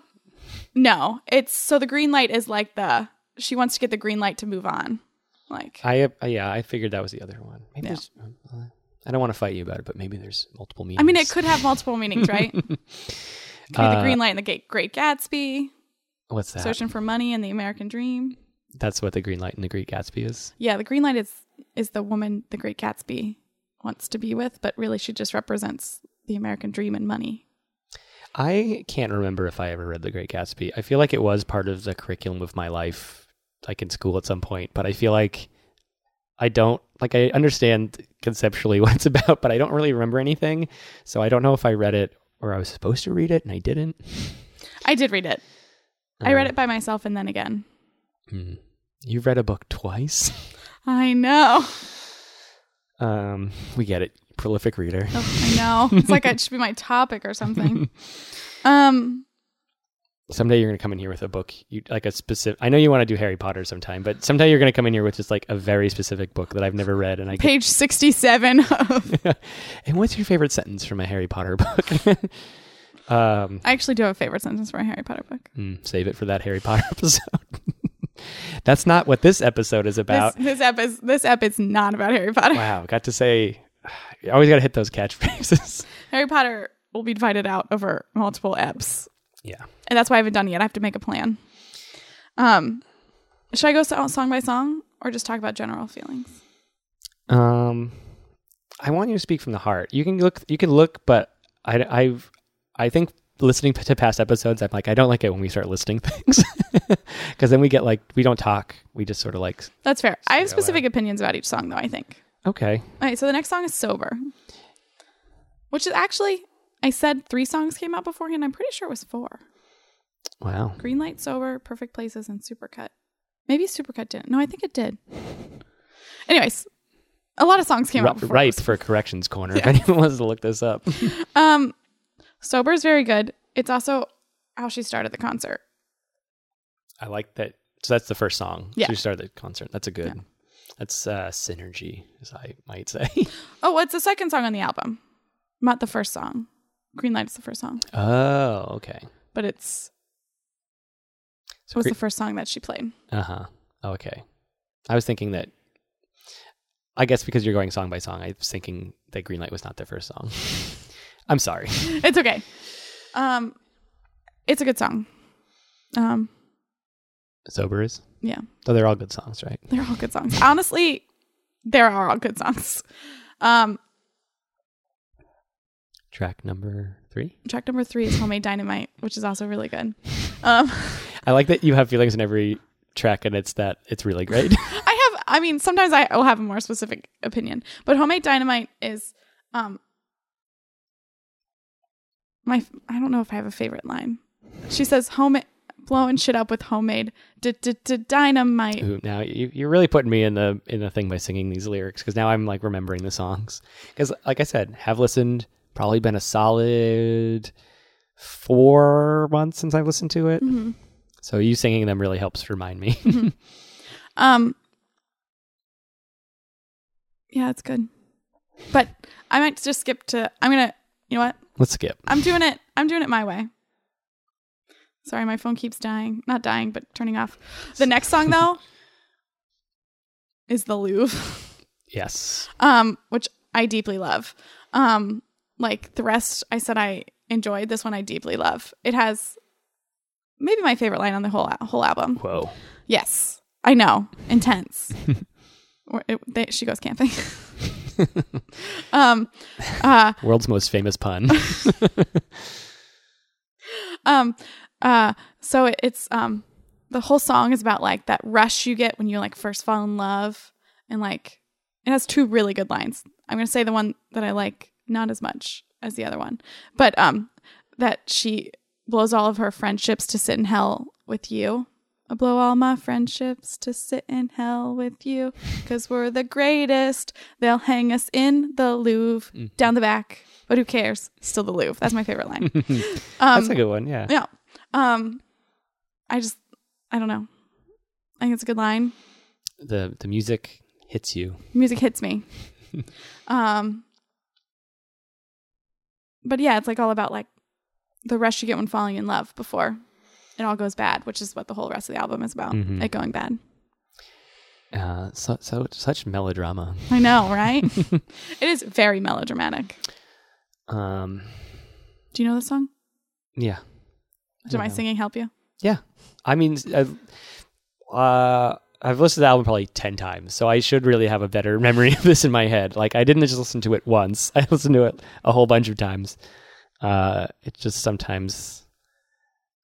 [SPEAKER 2] no, it's so the green light is like the she wants to get the green light to move on, like
[SPEAKER 1] i uh, yeah i figured that was the other one maybe
[SPEAKER 2] Yeah.
[SPEAKER 1] there's uh, i don't want to fight you about it but maybe there's multiple meanings
[SPEAKER 2] I mean, it could have multiple meanings, right? it could be
[SPEAKER 1] Uh,
[SPEAKER 2] the green light and the gate, Great Gatsby,
[SPEAKER 1] what's that
[SPEAKER 2] searching for money and the American dream.
[SPEAKER 1] that's what the green light in the great gatsby is
[SPEAKER 2] Yeah, the green light is is the woman the Great Gatsby wants to be with, but really she just represents the American dream and money.
[SPEAKER 1] I can't remember if I ever read The Great Gatsby. I feel like it was part of the curriculum of my life, like in school at some point, but I feel like I don't, like, I understand conceptually what it's about, but I don't really remember anything. So I don't know if I read it or I was supposed to read it and I didn't.
[SPEAKER 2] I did read it. I read it by myself and then again.
[SPEAKER 1] You've read a book twice?
[SPEAKER 2] I know.
[SPEAKER 1] Um, we get it. Prolific reader.
[SPEAKER 2] Oh, I know. It's like it should be my topic or something. Um,
[SPEAKER 1] Someday you're gonna come in here with a book, you, like a specific. I know you want to do Harry Potter sometime, but someday you're gonna come in here with just like a very specific book that I've never read, and I. Get,
[SPEAKER 2] page 67 of,
[SPEAKER 1] and what's your favorite sentence from a Harry Potter book? um,
[SPEAKER 2] I actually do have a favorite sentence from a Harry Potter book.
[SPEAKER 1] mm, save it for that Harry Potter episode. That's not what this episode is about.
[SPEAKER 2] This, this ep is this ep is not about Harry Potter.
[SPEAKER 1] wow, got to say, I always got to hit those catchphrases.
[SPEAKER 2] Harry Potter will be divided out over multiple eps,
[SPEAKER 1] yeah.
[SPEAKER 2] and that's why I haven't done it yet. I have to make a plan. Um, should I go so- song by song or just talk about general feelings?
[SPEAKER 1] Um, I want you to speak from the heart. You can look. You can look, but I, I've, I think listening to past episodes, I'm like, I don't like it when we start listing things because then we get like we don't talk. We just sort of like
[SPEAKER 2] That's fair. I have
[SPEAKER 1] Say it out
[SPEAKER 2] specific opinions about each song, though. I think.
[SPEAKER 1] okay,
[SPEAKER 2] All right, so the next song is Sober, which is actually, I said three songs came out beforehand. I'm pretty sure it was four
[SPEAKER 1] wow,
[SPEAKER 2] Green Light, Sober, Perfect Places, and Supercut. Maybe Supercut didn't. No, I think it did. Anyways, a lot of songs came
[SPEAKER 1] Ri-
[SPEAKER 2] out before.
[SPEAKER 1] ripe for corrections corner. If anyone wants to look this up,
[SPEAKER 2] Um, Sober is very good. It's also how she started the concert.
[SPEAKER 1] I like that. So that's the first song.
[SPEAKER 2] Yeah.
[SPEAKER 1] so you started the concert. That's a good. That's uh, synergy, as I might say.
[SPEAKER 2] Oh, it's the second song on the album, not the first song. Green Light is the first song,
[SPEAKER 1] oh, okay.
[SPEAKER 2] but it's
[SPEAKER 1] So
[SPEAKER 2] was
[SPEAKER 1] Gre-
[SPEAKER 2] the first song that she played.
[SPEAKER 1] Uh huh. Okay. I was thinking that. I guess because you're going song by song, I was thinking that Greenlight was not their first song. I'm sorry.
[SPEAKER 2] it's okay. Um, it's a good song. Um,
[SPEAKER 1] Sober is.
[SPEAKER 2] yeah,
[SPEAKER 1] Though they're all good songs, right?
[SPEAKER 2] they're all good songs. Honestly, there are all good songs. Um,
[SPEAKER 1] Track number three.
[SPEAKER 2] track number three is "Homemade Dynamite," which is also really good. Um,
[SPEAKER 1] I like that you have feelings in every track, and it's that it's really great.
[SPEAKER 2] I have, I mean, sometimes I will have a more specific opinion, but "Homemade Dynamite" is, um, my I don't know if I have a favorite line. She says, "Home blowing shit up with homemade d- d- d- dynamite."
[SPEAKER 1] Ooh, now you, you're really putting me in the in the thing by singing these lyrics because now I'm like remembering the songs. Because like I said, have listened probably been a solid four months since I've listened to it.
[SPEAKER 2] Mhm.
[SPEAKER 1] So you singing them really helps remind me.
[SPEAKER 2] Um. Yeah, it's good, but I might just skip to. I'm gonna. You know what?
[SPEAKER 1] Let's skip.
[SPEAKER 2] I'm doing it. I'm doing it my way. Sorry, my phone keeps dying. Not dying, but turning off. The next song though is the Louvre,
[SPEAKER 1] Yes.
[SPEAKER 2] um, which I deeply love. Um, like the rest, I said I enjoyed. This one I deeply love. It has maybe my favorite line on the whole whole album.
[SPEAKER 1] Whoa.
[SPEAKER 2] Yes, I know. Intense. Or it, they, she goes camping. um, uh,
[SPEAKER 1] World's most famous pun.
[SPEAKER 2] um, uh, so it, it's um, the whole song is about like that rush you get when you like first fall in love, and like it has two really good lines. I'm gonna say the one that I like not as much as the other one, but um, that she blows all of her friendships to sit in hell with you. I blow all my friendships to sit in hell with you, cause we're the greatest. They'll hang us in the Louvre
[SPEAKER 1] Mm-hmm.
[SPEAKER 2] down the back, but who cares? Still the Louvre. That's my favorite line. um,
[SPEAKER 1] That's a good one. Yeah.
[SPEAKER 2] yeah. Um, I just, I don't know. I think it's a good line.
[SPEAKER 1] The the music hits you.
[SPEAKER 2] Music hits me. um, but yeah, it's like all about like the rush you get when falling in love before it all goes bad, which is what the whole rest of the album is about.
[SPEAKER 1] Mhm.
[SPEAKER 2] It going bad.
[SPEAKER 1] Uh, so so such melodrama.
[SPEAKER 2] I know, right? it is very melodramatic.
[SPEAKER 1] Um.
[SPEAKER 2] Do you know this song?
[SPEAKER 1] Yeah.
[SPEAKER 2] Did my
[SPEAKER 1] know.
[SPEAKER 2] singing help you?
[SPEAKER 1] Yeah. I mean, I've, uh, I've listened to the album probably 10 times, so I should really have a better memory of this in my head. Like, I didn't just listen to it once, I listened to it a whole bunch of times. Uh, it just sometimes,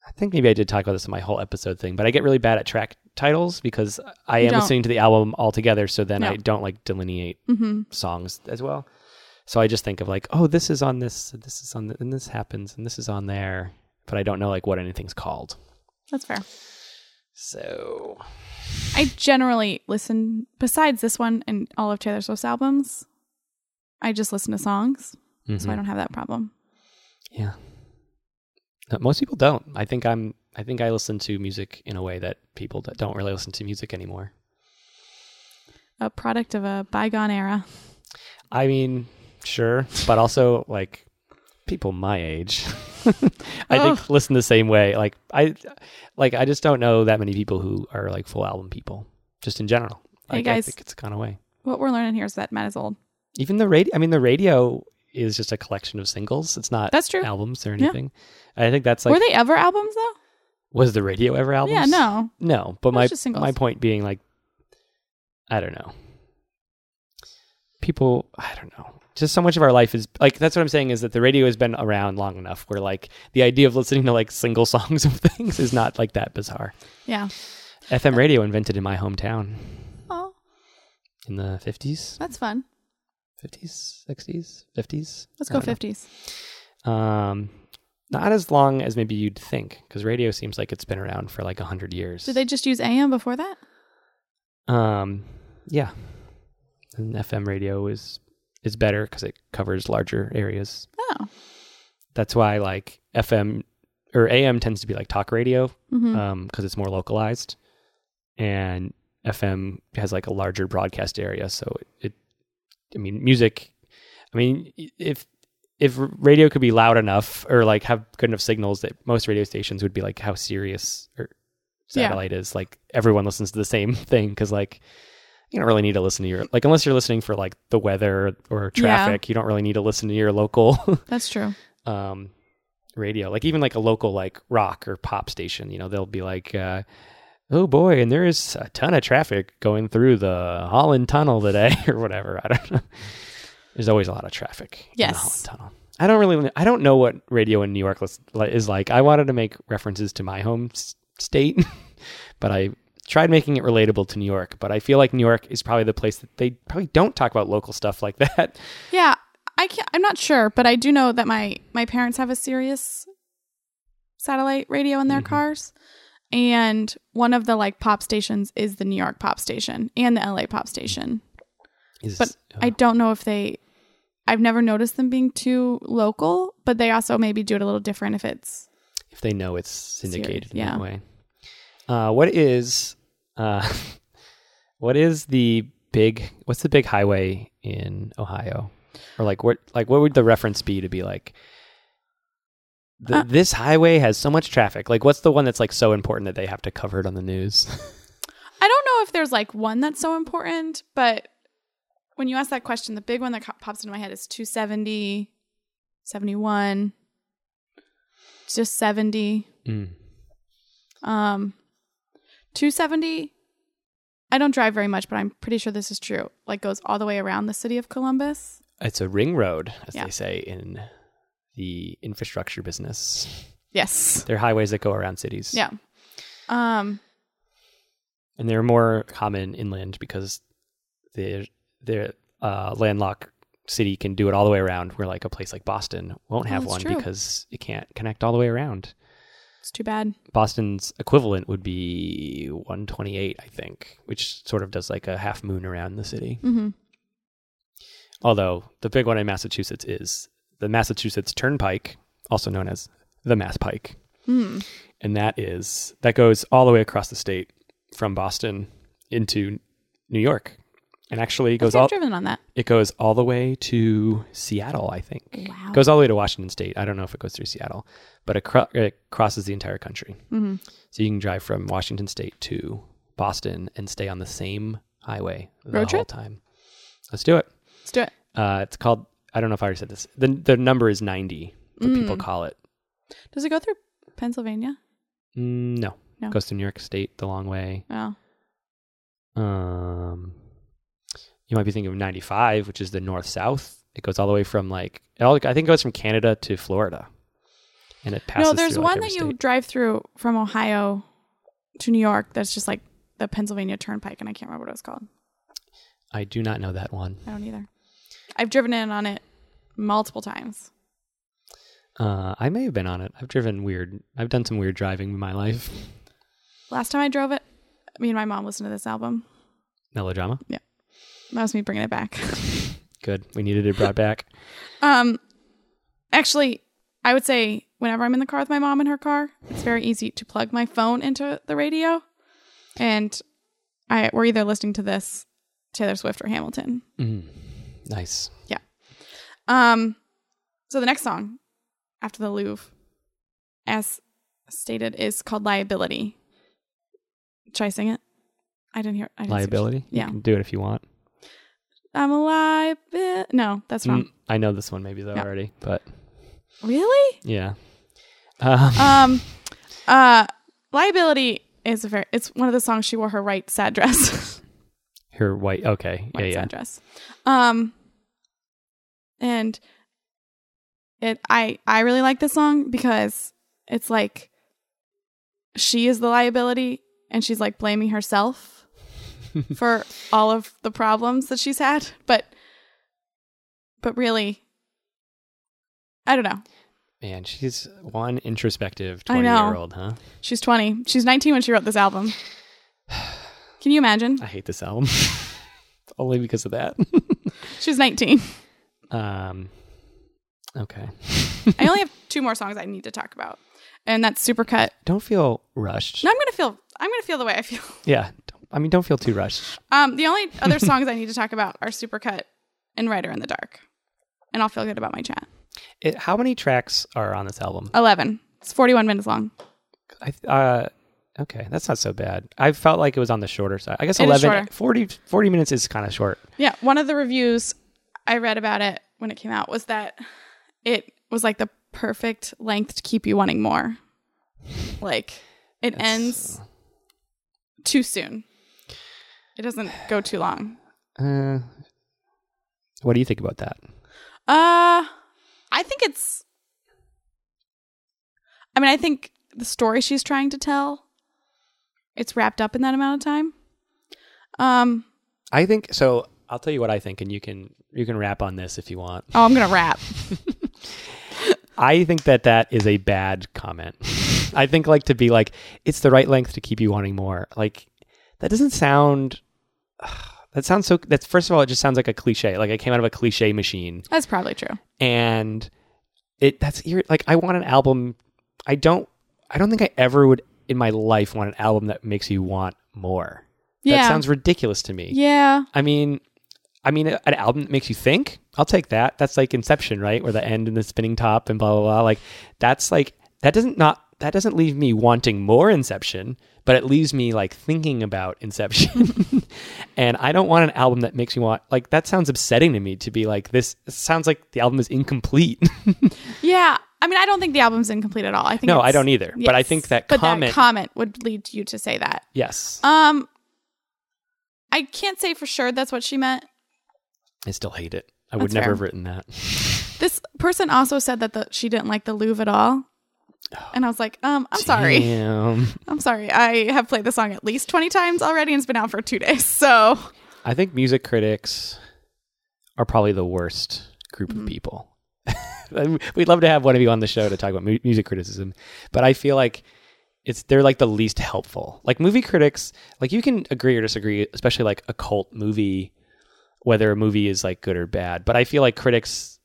[SPEAKER 1] I think maybe I did talk about this in my whole episode thing, but I get really bad at track titles because I
[SPEAKER 2] You
[SPEAKER 1] am
[SPEAKER 2] don't.
[SPEAKER 1] listening to the album altogether, so then I
[SPEAKER 2] No.
[SPEAKER 1] don't like delineate
[SPEAKER 2] Mm-hmm.
[SPEAKER 1] songs as well. So I just think of like, oh, this is on this, this is on, th- and this happens, and this is on there, but I don't know like what anything's called.
[SPEAKER 2] That's fair.
[SPEAKER 1] So
[SPEAKER 2] I generally listen, besides this one and all of Taylor Swift's albums, I just listen to songs, so I
[SPEAKER 1] Mhm.
[SPEAKER 2] don't have that problem.
[SPEAKER 1] Yeah. Uh, Most people don't. I think I'm I think I listen to music in a way that people that don't really listen to music anymore.
[SPEAKER 2] A product of a bygone era.
[SPEAKER 1] I mean, sure, but also like people my age I think listen the same way. Like I like I just don't know that many people who are like full album people just in general.
[SPEAKER 2] Hey,
[SPEAKER 1] Like,
[SPEAKER 2] guys.
[SPEAKER 1] I think it's gone away.
[SPEAKER 2] What we're learning here is that Matt is old.
[SPEAKER 1] Even the radio I mean the radio is just a collection of singles. It's not
[SPEAKER 2] That's true.
[SPEAKER 1] albums or
[SPEAKER 2] Yeah.
[SPEAKER 1] anything. I think that's like
[SPEAKER 2] Were they ever albums though?
[SPEAKER 1] was the radio ever albums?
[SPEAKER 2] Yeah, no.
[SPEAKER 1] No, but
[SPEAKER 2] It was
[SPEAKER 1] my
[SPEAKER 2] just singles.
[SPEAKER 1] my point being like, I don't know. People, I don't know. Just so much of our life is like that's what I'm saying is that the radio has been around long enough where like the idea of listening to like single songs of things is not like that bizarre.
[SPEAKER 2] Yeah. Uh,
[SPEAKER 1] FM radio invented in my hometown
[SPEAKER 2] Oh,
[SPEAKER 1] in the 50s,
[SPEAKER 2] that's fun.
[SPEAKER 1] 50s, 60s, 50s.
[SPEAKER 2] Let's
[SPEAKER 1] I
[SPEAKER 2] go
[SPEAKER 1] don't know.
[SPEAKER 2] fifties.
[SPEAKER 1] Um, not as long as maybe you'd think because radio seems like it's been around for like 100 years.
[SPEAKER 2] Did they just use AM before that?
[SPEAKER 1] Um, yeah, and FM radio is is better because it covers larger areas.
[SPEAKER 2] Oh.
[SPEAKER 1] That's why like FM or AM tends to be like talk radio
[SPEAKER 2] Mm-hmm.
[SPEAKER 1] um because it's more localized, and FM has like a larger broadcast area. So it, I mean, music. I mean, i- if if radio could be loud enough or like have good enough signals that most radio stations would be like how serious or
[SPEAKER 2] Yeah.
[SPEAKER 1] satellite is like everyone listens to the same thing because like you don't really need to listen to your like unless you're listening for like the weather or traffic you don't really need to listen to your local
[SPEAKER 2] that's true.
[SPEAKER 1] um radio like even like a local like rock or pop station you know they'll be like uh oh boy and there is a ton of traffic going through the holland tunnel today or whatever i don't know there's always a lot of traffic in the
[SPEAKER 2] Yes.
[SPEAKER 1] holland tunnel i don't really i don't know what radio in new york lis- li- is like i wanted to make references to my home s- state but i tried making it relatable to new york but i feel like new york is probably the place that they probably don't talk about local stuff like that
[SPEAKER 2] Yeah, I can't. I'm not sure, but I do know that my my parents have a Sirius satellite radio in their
[SPEAKER 1] Mhm.
[SPEAKER 2] cars, and one of the like pop stations is the New York pop station and the LA pop station.
[SPEAKER 1] Is-
[SPEAKER 2] But I don't know if they. I've never noticed them being too local, but they also maybe do it a little different if it's
[SPEAKER 1] if they know it's syndicated
[SPEAKER 2] Series,
[SPEAKER 1] in
[SPEAKER 2] yeah.
[SPEAKER 1] that way. Uh, what is uh, what is the big what's the big highway in Ohio? Or like what like what would the reference be to be like the,
[SPEAKER 2] Uh,
[SPEAKER 1] this highway has so much traffic. Like what's the one that's like so important that they have to cover it on the news?
[SPEAKER 2] I don't know if there's like one that's so important, but when you ask that question, the big one that co- pops into my head is 270, 71, just 70.
[SPEAKER 1] Mm.
[SPEAKER 2] Um, 270, I don't drive very much, but I'm pretty sure this is true. Like goes all the way around the city of Columbus.
[SPEAKER 1] It's a ring road, as
[SPEAKER 2] Yeah.
[SPEAKER 1] they say in the infrastructure business.
[SPEAKER 2] Yes.
[SPEAKER 1] They're highways that go around cities.
[SPEAKER 2] Yeah. Um,
[SPEAKER 1] and they're more common inland because the the uh, landlocked city can do it all the way around. Where like a place like Boston won't have
[SPEAKER 2] that's
[SPEAKER 1] one
[SPEAKER 2] true.
[SPEAKER 1] because it can't connect all the way around.
[SPEAKER 2] it's too bad.
[SPEAKER 1] Boston's equivalent would be 128, I think, which sort of does like a half moon around the city.
[SPEAKER 2] hmm
[SPEAKER 1] Although the big one in Massachusetts is the Massachusetts Turnpike, also known as the Mass Pike.
[SPEAKER 2] Mm.
[SPEAKER 1] and that is that goes all the way across the state from Boston into New York, and actually
[SPEAKER 2] Goes
[SPEAKER 1] goes all
[SPEAKER 2] driven on that.
[SPEAKER 1] it goes all the way to Seattle. I think
[SPEAKER 2] Wow.
[SPEAKER 1] goes all the way to Washington State. I don't know if it goes through Seattle, but it, cro- it crosses the entire country.
[SPEAKER 2] Mhm.
[SPEAKER 1] So you can drive from Washington State to Boston and stay on the same highway the
[SPEAKER 2] Road
[SPEAKER 1] whole
[SPEAKER 2] trip?
[SPEAKER 1] time. Let's do it.
[SPEAKER 2] Let's do it.
[SPEAKER 1] Uh, it's called. I don't know if I already said this. the The number is ninety, but people call it.
[SPEAKER 2] Mm. Does it go through Pennsylvania?
[SPEAKER 1] Mm, no,
[SPEAKER 2] No.
[SPEAKER 1] goes to New York State the long way.
[SPEAKER 2] Oh,
[SPEAKER 1] Um, you might be thinking of 95, which is the north south. It goes all the way from like it all, I think it goes from Canada to Florida, and it passes.
[SPEAKER 2] no, there's
[SPEAKER 1] through,
[SPEAKER 2] one
[SPEAKER 1] like, every
[SPEAKER 2] that you
[SPEAKER 1] state.
[SPEAKER 2] drive through from Ohio to New York that's just like the Pennsylvania Turnpike, and I can't remember what it was called.
[SPEAKER 1] I do not know that one.
[SPEAKER 2] I don't either. I've driven in on it multiple times.
[SPEAKER 1] Uh, I may have been on it. I've driven weird. I've done some weird driving in my life.
[SPEAKER 2] Last time I drove it, me and my mom listened to this album.
[SPEAKER 1] Melodrama.
[SPEAKER 2] That was me bringing it back.
[SPEAKER 1] Good. We needed it brought back.
[SPEAKER 2] Um, actually, I would say whenever I'm in the car with my mom in her car, it's very easy to plug my phone into the radio, and I we're either listening to this, Taylor Swift, or Hamilton.
[SPEAKER 1] Mm. Nice.
[SPEAKER 2] Um, so the next song after the Louvre, as stated, is called Liability. Should I sing it? I didn't hear. I didn't see what she-
[SPEAKER 1] Liability.
[SPEAKER 2] yeah.
[SPEAKER 1] You can do it if you want.
[SPEAKER 2] I'm a liability. No, that's wrong.
[SPEAKER 1] Mm, I know this one maybe though
[SPEAKER 2] No.
[SPEAKER 1] already, but
[SPEAKER 2] Really?
[SPEAKER 1] yeah. Um,
[SPEAKER 2] Um, uh, liability is a very. It's one of the songs she wore her right sad dress.
[SPEAKER 1] her white. Okay.
[SPEAKER 2] white
[SPEAKER 1] yeah.
[SPEAKER 2] sad dress. Um, and it. I I really like this song because it's like she is the liability, and she's like blaming herself for all of the problems that she's had, but but really. I don't know.
[SPEAKER 1] Yeah. Man, she's one introspective
[SPEAKER 2] I
[SPEAKER 1] twenty
[SPEAKER 2] know.
[SPEAKER 1] year old, huh?
[SPEAKER 2] She's 20. She's 19 when she wrote this album. Can you imagine?
[SPEAKER 1] I hate this album. Only because of that.
[SPEAKER 2] She's 19.
[SPEAKER 1] um. Okay.
[SPEAKER 2] I only have two more songs I need to talk about. And that's Supercut.
[SPEAKER 1] Don't feel rushed.
[SPEAKER 2] No, I'm going to feel I'm going to feel the way I feel.
[SPEAKER 1] Yeah. Don't, I mean, don't feel too rushed.
[SPEAKER 2] Um the only other songs I need to talk about are Supercut and Writer in the Dark. And I'll feel good about my chat.
[SPEAKER 1] It, how many tracks are on this album?
[SPEAKER 2] 11. It's 41 minutes long.
[SPEAKER 1] I th- uh okay, that's not so bad. I felt like it was on the shorter side. I guess
[SPEAKER 2] It is
[SPEAKER 1] 11
[SPEAKER 2] shorter.
[SPEAKER 1] 40 40 minutes is kind of short.
[SPEAKER 2] Yeah, one of the reviews I read about it when it came out was that it was like the perfect length to keep you wanting more. Like it
[SPEAKER 1] That's-
[SPEAKER 2] ends too soon. It doesn't go too long.
[SPEAKER 1] Uh What do you think about that?
[SPEAKER 2] Uh I think it's I mean, I think the story she's trying to tell it's wrapped up in that amount of time. Um
[SPEAKER 1] I think so I'll tell you what I think and you can you can wrap on this if you want.
[SPEAKER 2] oh, I'm going to wrap.
[SPEAKER 1] I think that that is a bad comment. I think like to be like it's the right length to keep you wanting more. Like that doesn't sound that sounds so that's first of all it just sounds like a cliche. Like I came out of a cliche machine.
[SPEAKER 2] That's probably true.
[SPEAKER 1] and it that's ir- like I want an album. I don't. I don't think I ever would in my life want an album that makes you want more.
[SPEAKER 2] Yeah.
[SPEAKER 1] That sounds ridiculous to me.
[SPEAKER 2] yeah.
[SPEAKER 1] I mean, I mean, a- an album that makes you think. I'll take that. That's like Inception, right? Where the end and the spinning top and blah blah blah. Like that's like that doesn't not that doesn't leave me wanting more Inception, but it leaves me like thinking about Inception. and I don't want an album that makes me want like that sounds upsetting to me to be like this it sounds like the album is incomplete.
[SPEAKER 2] Yeah. I mean, I don't think the album's incomplete at all. I think
[SPEAKER 1] no,
[SPEAKER 2] it's-
[SPEAKER 1] I don't either. But I
[SPEAKER 2] Yes.
[SPEAKER 1] think that
[SPEAKER 2] But
[SPEAKER 1] comment
[SPEAKER 2] comment would lead you to say that.
[SPEAKER 1] yes.
[SPEAKER 2] Um, I can't say for sure that's what she meant.
[SPEAKER 1] I still hate it. I would
[SPEAKER 2] That's
[SPEAKER 1] never
[SPEAKER 2] fair.
[SPEAKER 1] have written that.
[SPEAKER 2] This person also said that the, she didn't like the Louvre at all, and I was like, um, I'm sorry,
[SPEAKER 1] Damn.
[SPEAKER 2] I'm sorry. I have played the song at least twenty times already, and it's been out for two days. So
[SPEAKER 1] I think music critics are probably the worst group of people. We'd love to have one of you on the show to talk about mu- music criticism, but I feel like it's they're like the least helpful. Like movie critics, like you can agree or disagree, especially like a cult movie, whether a movie is like good or bad. But I feel like critics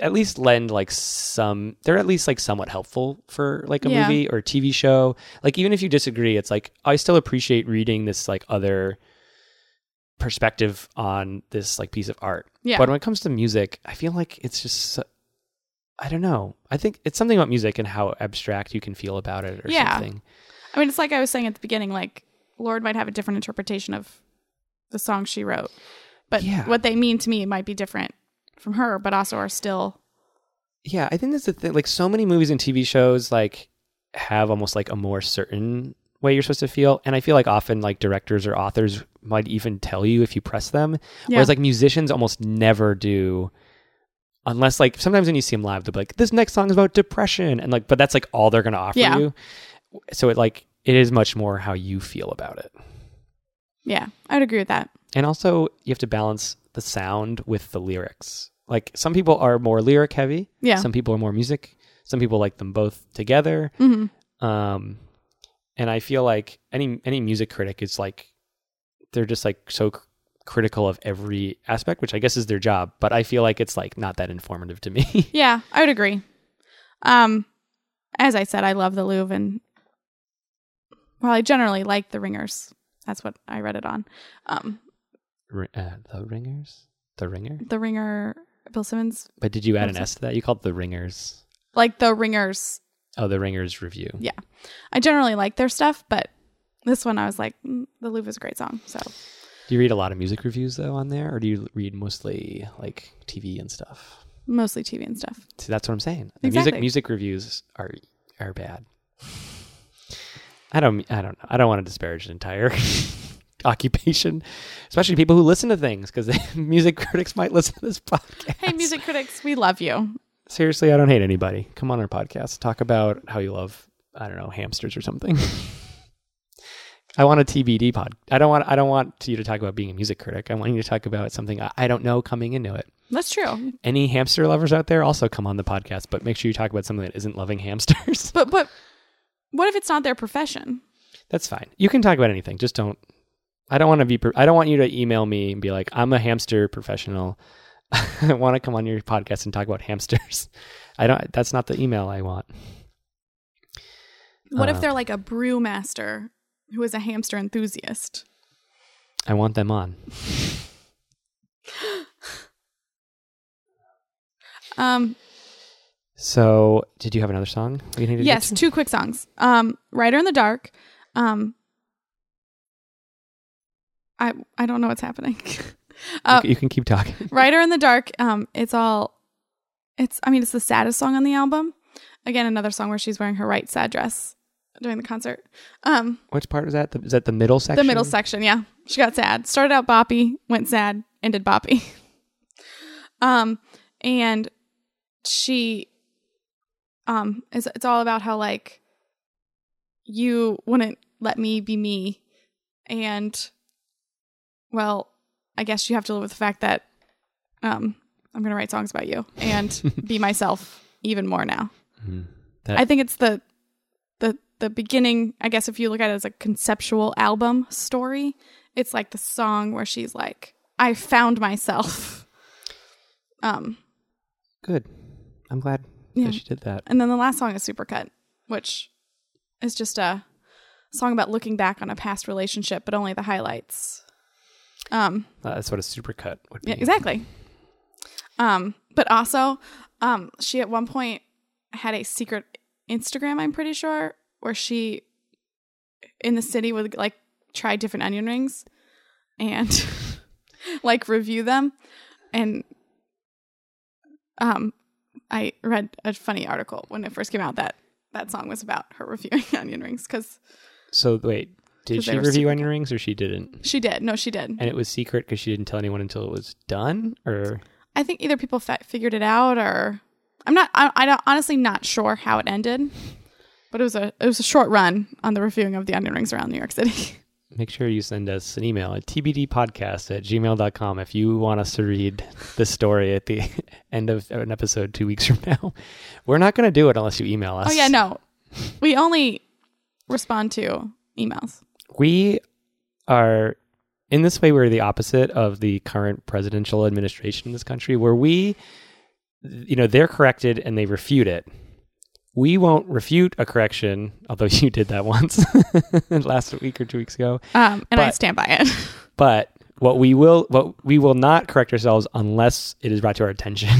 [SPEAKER 1] at least lend like some they're at least like somewhat helpful for like a
[SPEAKER 2] Yeah.
[SPEAKER 1] movie or TV show. Like even if you disagree, it's like I still appreciate reading this like other perspective on this like piece of art.
[SPEAKER 2] Yeah.
[SPEAKER 1] But when it comes to music, I feel like it's just so- I don't know. I think it's something about music and how abstract you can feel about it or
[SPEAKER 2] Yeah.
[SPEAKER 1] something.
[SPEAKER 2] I mean, it's like I was saying at the beginning, like Lord might have a different interpretation of the song she wrote, but
[SPEAKER 1] Yeah.
[SPEAKER 2] what they mean to me might be different from her, but also are still
[SPEAKER 1] Yeah, I think that's the thing. Like so many movies and TV shows like have almost like a more certain way you're supposed to feel. And I feel like often like directors or authors might even tell you if you press them.
[SPEAKER 2] Yeah.
[SPEAKER 1] Whereas like musicians almost never do unless like sometimes when you see them live, they'll be like, This next song is about depression and like but that's like all they're gonna offer
[SPEAKER 2] Yeah.
[SPEAKER 1] you. So it like it is much more how you feel about it.
[SPEAKER 2] yeah. I would agree with that.
[SPEAKER 1] And also you have to balance the sound with the lyrics. Like some people are more lyric heavy.
[SPEAKER 2] Yeah.
[SPEAKER 1] Some people are more music. Some people like them both together.
[SPEAKER 2] hmm
[SPEAKER 1] Um, and I feel like any any music critic is like they're just like so c- critical of every aspect, which I guess is their job, but I feel like it's like not that informative to me.
[SPEAKER 2] Yeah, I would agree. Um, as I said, I love the Louvre and well, I generally like the Ringers. That's what I read it on. Um,
[SPEAKER 1] Ri- uh, the Ringers? The Ringer?
[SPEAKER 2] the Ringer, Bill Simmons,
[SPEAKER 1] But did you add an
[SPEAKER 2] What's
[SPEAKER 1] S to that? You called it the Ringers.
[SPEAKER 2] like the Ringers.
[SPEAKER 1] Oh, the Ringers review.
[SPEAKER 2] Yeah. I generally like their stuff, but this one I was like, mm, the Louvre is a great song. So
[SPEAKER 1] Do you read a lot of music reviews though on there, or do you read mostly like TV and stuff?
[SPEAKER 2] mostly TV and stuff.
[SPEAKER 1] See, that's what I'm saying. The
[SPEAKER 2] Exactly.
[SPEAKER 1] music music reviews are are bad. I don't I don't know. I don't want to disparage an entire occupation, especially people who listen to things because music critics might listen to this podcast.
[SPEAKER 2] Hey, music critics, we love you.
[SPEAKER 1] Seriously, I don't hate anybody. Come on our podcast, talk about how you love I don't know hamsters or something. I want a TBD pod. I don't want I don't want you to talk about being a music critic. I want you to talk about something I, I don't know coming into it
[SPEAKER 2] That's true.
[SPEAKER 1] any hamster lovers out there also come on the podcast, but make sure you talk about something that isn't loving hamsters.
[SPEAKER 2] But but what if it's not their profession?
[SPEAKER 1] That's fine. You can talk about anything. Just don't. I don't want to be. pro- I don't want you to email me and be like, "I'm a hamster professional. I want to come on your podcast and talk about hamsters." I don't. That's not the email I want.
[SPEAKER 2] What
[SPEAKER 1] Uh,
[SPEAKER 2] if they're like a brewmaster who is a hamster enthusiast?
[SPEAKER 1] I want them on.
[SPEAKER 2] Um,
[SPEAKER 1] So, did you have another song? we needed to get
[SPEAKER 2] yes,
[SPEAKER 1] to?
[SPEAKER 2] two quick songs. Um, Rider in the Dark. Um, I I don't know what's happening. uh,
[SPEAKER 1] you, can keep talking.
[SPEAKER 2] Rider in the Dark. Um, it's all. It's I mean it's the saddest song on the album. Again, another song where she's wearing her right sad dress during the concert. Um,
[SPEAKER 1] Which part was that? The- Is that the middle section?
[SPEAKER 2] the middle section, yeah, she got sad. Started out boppy, went sad, ended boppy. um, and she, um, is it's all about how like you wouldn't let me be me, and well, I guess you have to live with the fact that um, I'm gonna write songs about you and be myself even more now.
[SPEAKER 1] Mm. That-
[SPEAKER 2] I think it's the the the beginning, I guess if you look at it as a conceptual album story, it's like the song where she's like, I found myself. Um
[SPEAKER 1] Good. I'm glad
[SPEAKER 2] Yeah.
[SPEAKER 1] that she did that.
[SPEAKER 2] and then the last song is Supercut, which is just a song about looking back on a past relationship, but only the highlights. Um
[SPEAKER 1] Uh, That's what a supercut would be.
[SPEAKER 2] Yeah, exactly. Um, but also, um, she at one point had a secret Instagram, I'm pretty sure, where she in the city would like try different onion rings and like review them. And um I read a funny article when it first came out that that song was about her reviewing onion rings because
[SPEAKER 1] So wait, did
[SPEAKER 2] 'Cause they
[SPEAKER 1] she
[SPEAKER 2] were
[SPEAKER 1] review
[SPEAKER 2] secret.
[SPEAKER 1] onion rings or she didn't?
[SPEAKER 2] she did. No, she did.
[SPEAKER 1] And it was secret because she didn't tell anyone until it was done, or
[SPEAKER 2] I think either people fa- figured it out or I'm not. I, I don't, honestly not sure how it ended, but it was a it was a short run on the reviewing of the onion rings around New York City.
[SPEAKER 1] make sure you send us an email at tbdpodcast at gmail.com if you want us to read the story at the end of an episode two weeks from now. We're not going to do it unless you email us.
[SPEAKER 2] oh yeah, no, we only respond to emails.
[SPEAKER 1] We are, in this way, we're the opposite of the current presidential administration in this country, where we, you know, they're corrected and they refute it. We won't refute a correction, although you did that once last week or two weeks ago.
[SPEAKER 2] Um, and I
[SPEAKER 1] But-
[SPEAKER 2] stand by it.
[SPEAKER 1] But what we will, what we will not correct ourselves unless it is brought to our attention.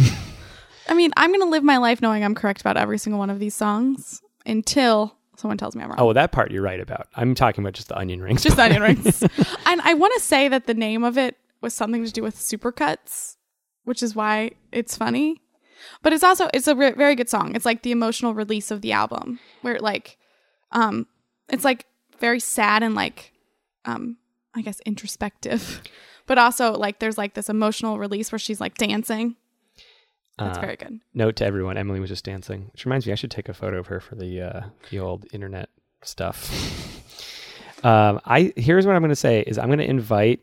[SPEAKER 2] I mean, I'm gonna live my life knowing I'm correct about every single one of these songs until someone tells me I'm wrong.
[SPEAKER 1] oh, that part you're right about. I'm talking about just the onion rings.
[SPEAKER 2] Just onion rings. and I want to say that the name of it was something to do with supercuts, which is why it's funny. But it's also it's a re- very good song. It's like the emotional release of the album, where it like, um, it's like very sad and like, um, I guess introspective, but also like there's like this emotional release where she's like dancing. That's
[SPEAKER 1] Uh,
[SPEAKER 2] very good.
[SPEAKER 1] note to everyone emily was just dancing which reminds me i should take a photo of her for the uh the old internet stuff um i here's what i'm going to say is i'm going to invite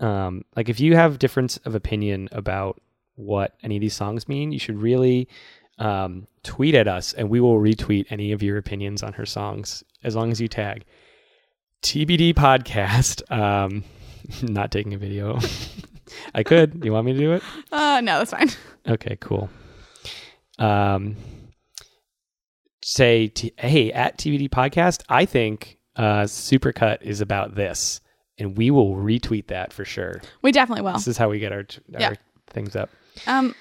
[SPEAKER 1] um like if you have difference of opinion about what any of these songs mean you should really um tweet at us and we will retweet any of your opinions on her songs as long as you tag tbd podcast um not taking a video. I could. You want me to do it?
[SPEAKER 2] Uh, no, that's fine.
[SPEAKER 1] Okay, cool. Um, say, t- hey, at TBD Podcast, I think uh, Supercut is about this, and we will retweet that for sure.
[SPEAKER 2] We definitely will.
[SPEAKER 1] This is how we get our, t-
[SPEAKER 2] Oh. Yeah.
[SPEAKER 1] our things up.
[SPEAKER 2] Um,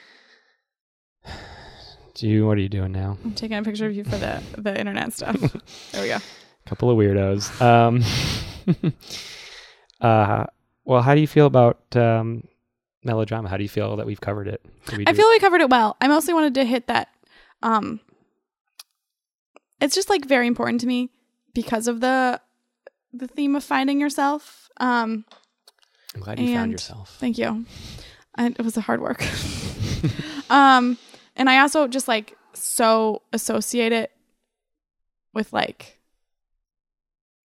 [SPEAKER 1] Do you, what are you doing now?
[SPEAKER 2] I'm taking a picture of you for the the internet stuff. there we go.
[SPEAKER 1] Couple of weirdos. Um, uh, well, how do you feel about um, melodrama? How do you feel that we've covered it? Did we
[SPEAKER 2] I
[SPEAKER 1] do-
[SPEAKER 2] feel we covered it well. I mostly wanted to hit that. Um, it's just like very important to me because of the the theme of finding yourself. Um,
[SPEAKER 1] I'm glad you found
[SPEAKER 2] and-
[SPEAKER 1] yourself.
[SPEAKER 2] Thank you. I, it was a hard work. um, and I also just like so associate it with like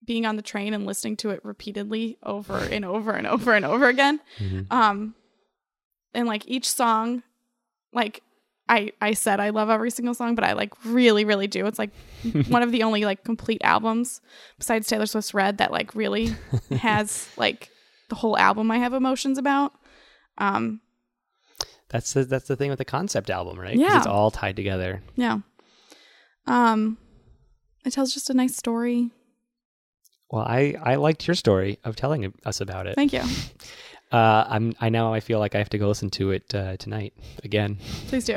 [SPEAKER 2] being on the train and listening to it repeatedly over and over and over and over again.
[SPEAKER 1] Mhm.
[SPEAKER 2] Um, and like each song, like I I said I love every single song, but I like really really do. It's like Um, one of the only like complete albums besides Taylor Swift's Red that like really has like the whole album I have emotions about. Um,
[SPEAKER 1] That's the, that's the thing with the concept album, right? 'Cause
[SPEAKER 2] Yeah.
[SPEAKER 1] it's all tied together.
[SPEAKER 2] yeah. Um, it tells just a nice story.
[SPEAKER 1] Well, I, I liked your story of telling us about it.
[SPEAKER 2] Thank you.
[SPEAKER 1] Uh, I'm I now I feel like I have to go listen to it uh, tonight again.
[SPEAKER 2] Please do.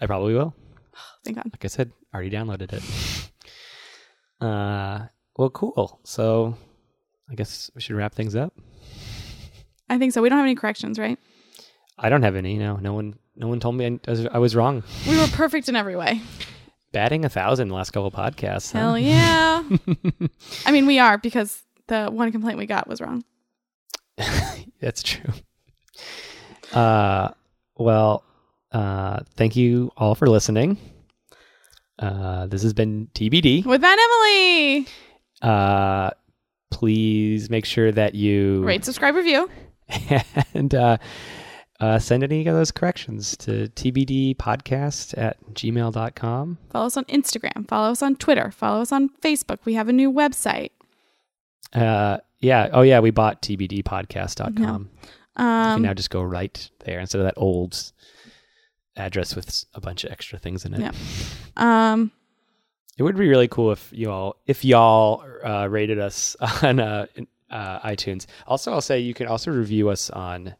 [SPEAKER 1] I probably will.
[SPEAKER 2] Thank God.
[SPEAKER 1] Like I said, already downloaded it. Uh, well, cool. So I guess we should wrap things up.
[SPEAKER 2] I think so. We don't have any corrections, right?
[SPEAKER 1] I don't have any. No, no one no one told me I was, I was wrong.
[SPEAKER 2] We were perfect in every way.
[SPEAKER 1] Batting a thousand the last couple podcasts. huh?
[SPEAKER 2] Hell yeah. I mean, we are because the one complaint we got was wrong.
[SPEAKER 1] That's true. Uh, well, uh, thank you all for listening. Uh, this has been TBD.
[SPEAKER 2] With that, Emily.
[SPEAKER 1] Uh, please make sure that you
[SPEAKER 2] Rate, subscribe, review.
[SPEAKER 1] and uh, uh, send any of those corrections to tbdpodcast at gmail.com.
[SPEAKER 2] Follow us on Instagram. Follow us on Twitter. Follow us on Facebook. We have a new website.
[SPEAKER 1] Uh, yeah. Oh, yeah. We bought tbdpodcast.com. com. you can
[SPEAKER 2] Um,
[SPEAKER 1] now just go right there instead of that old address with s- a bunch of extra things in it.
[SPEAKER 2] Yeah. um,
[SPEAKER 1] It would be really cool if you all if y'all uh, rated us on uh, in- uh, iTunes. Also, I'll say you can also review us on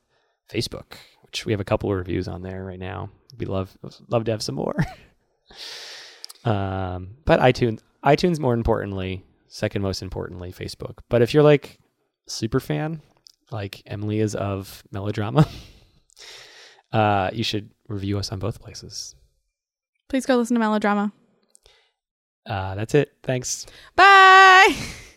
[SPEAKER 1] Facebook, which we have a couple of reviews on there right now. We love love to have some more. um, but iTunes, iTunes more importantly, second most importantly, Facebook. But if you're like super fan, like Emily is of melodrama, uh, you should review us on both places.
[SPEAKER 2] please go listen to Melodrama.
[SPEAKER 1] Uh, that's it. Thanks.
[SPEAKER 2] Bye.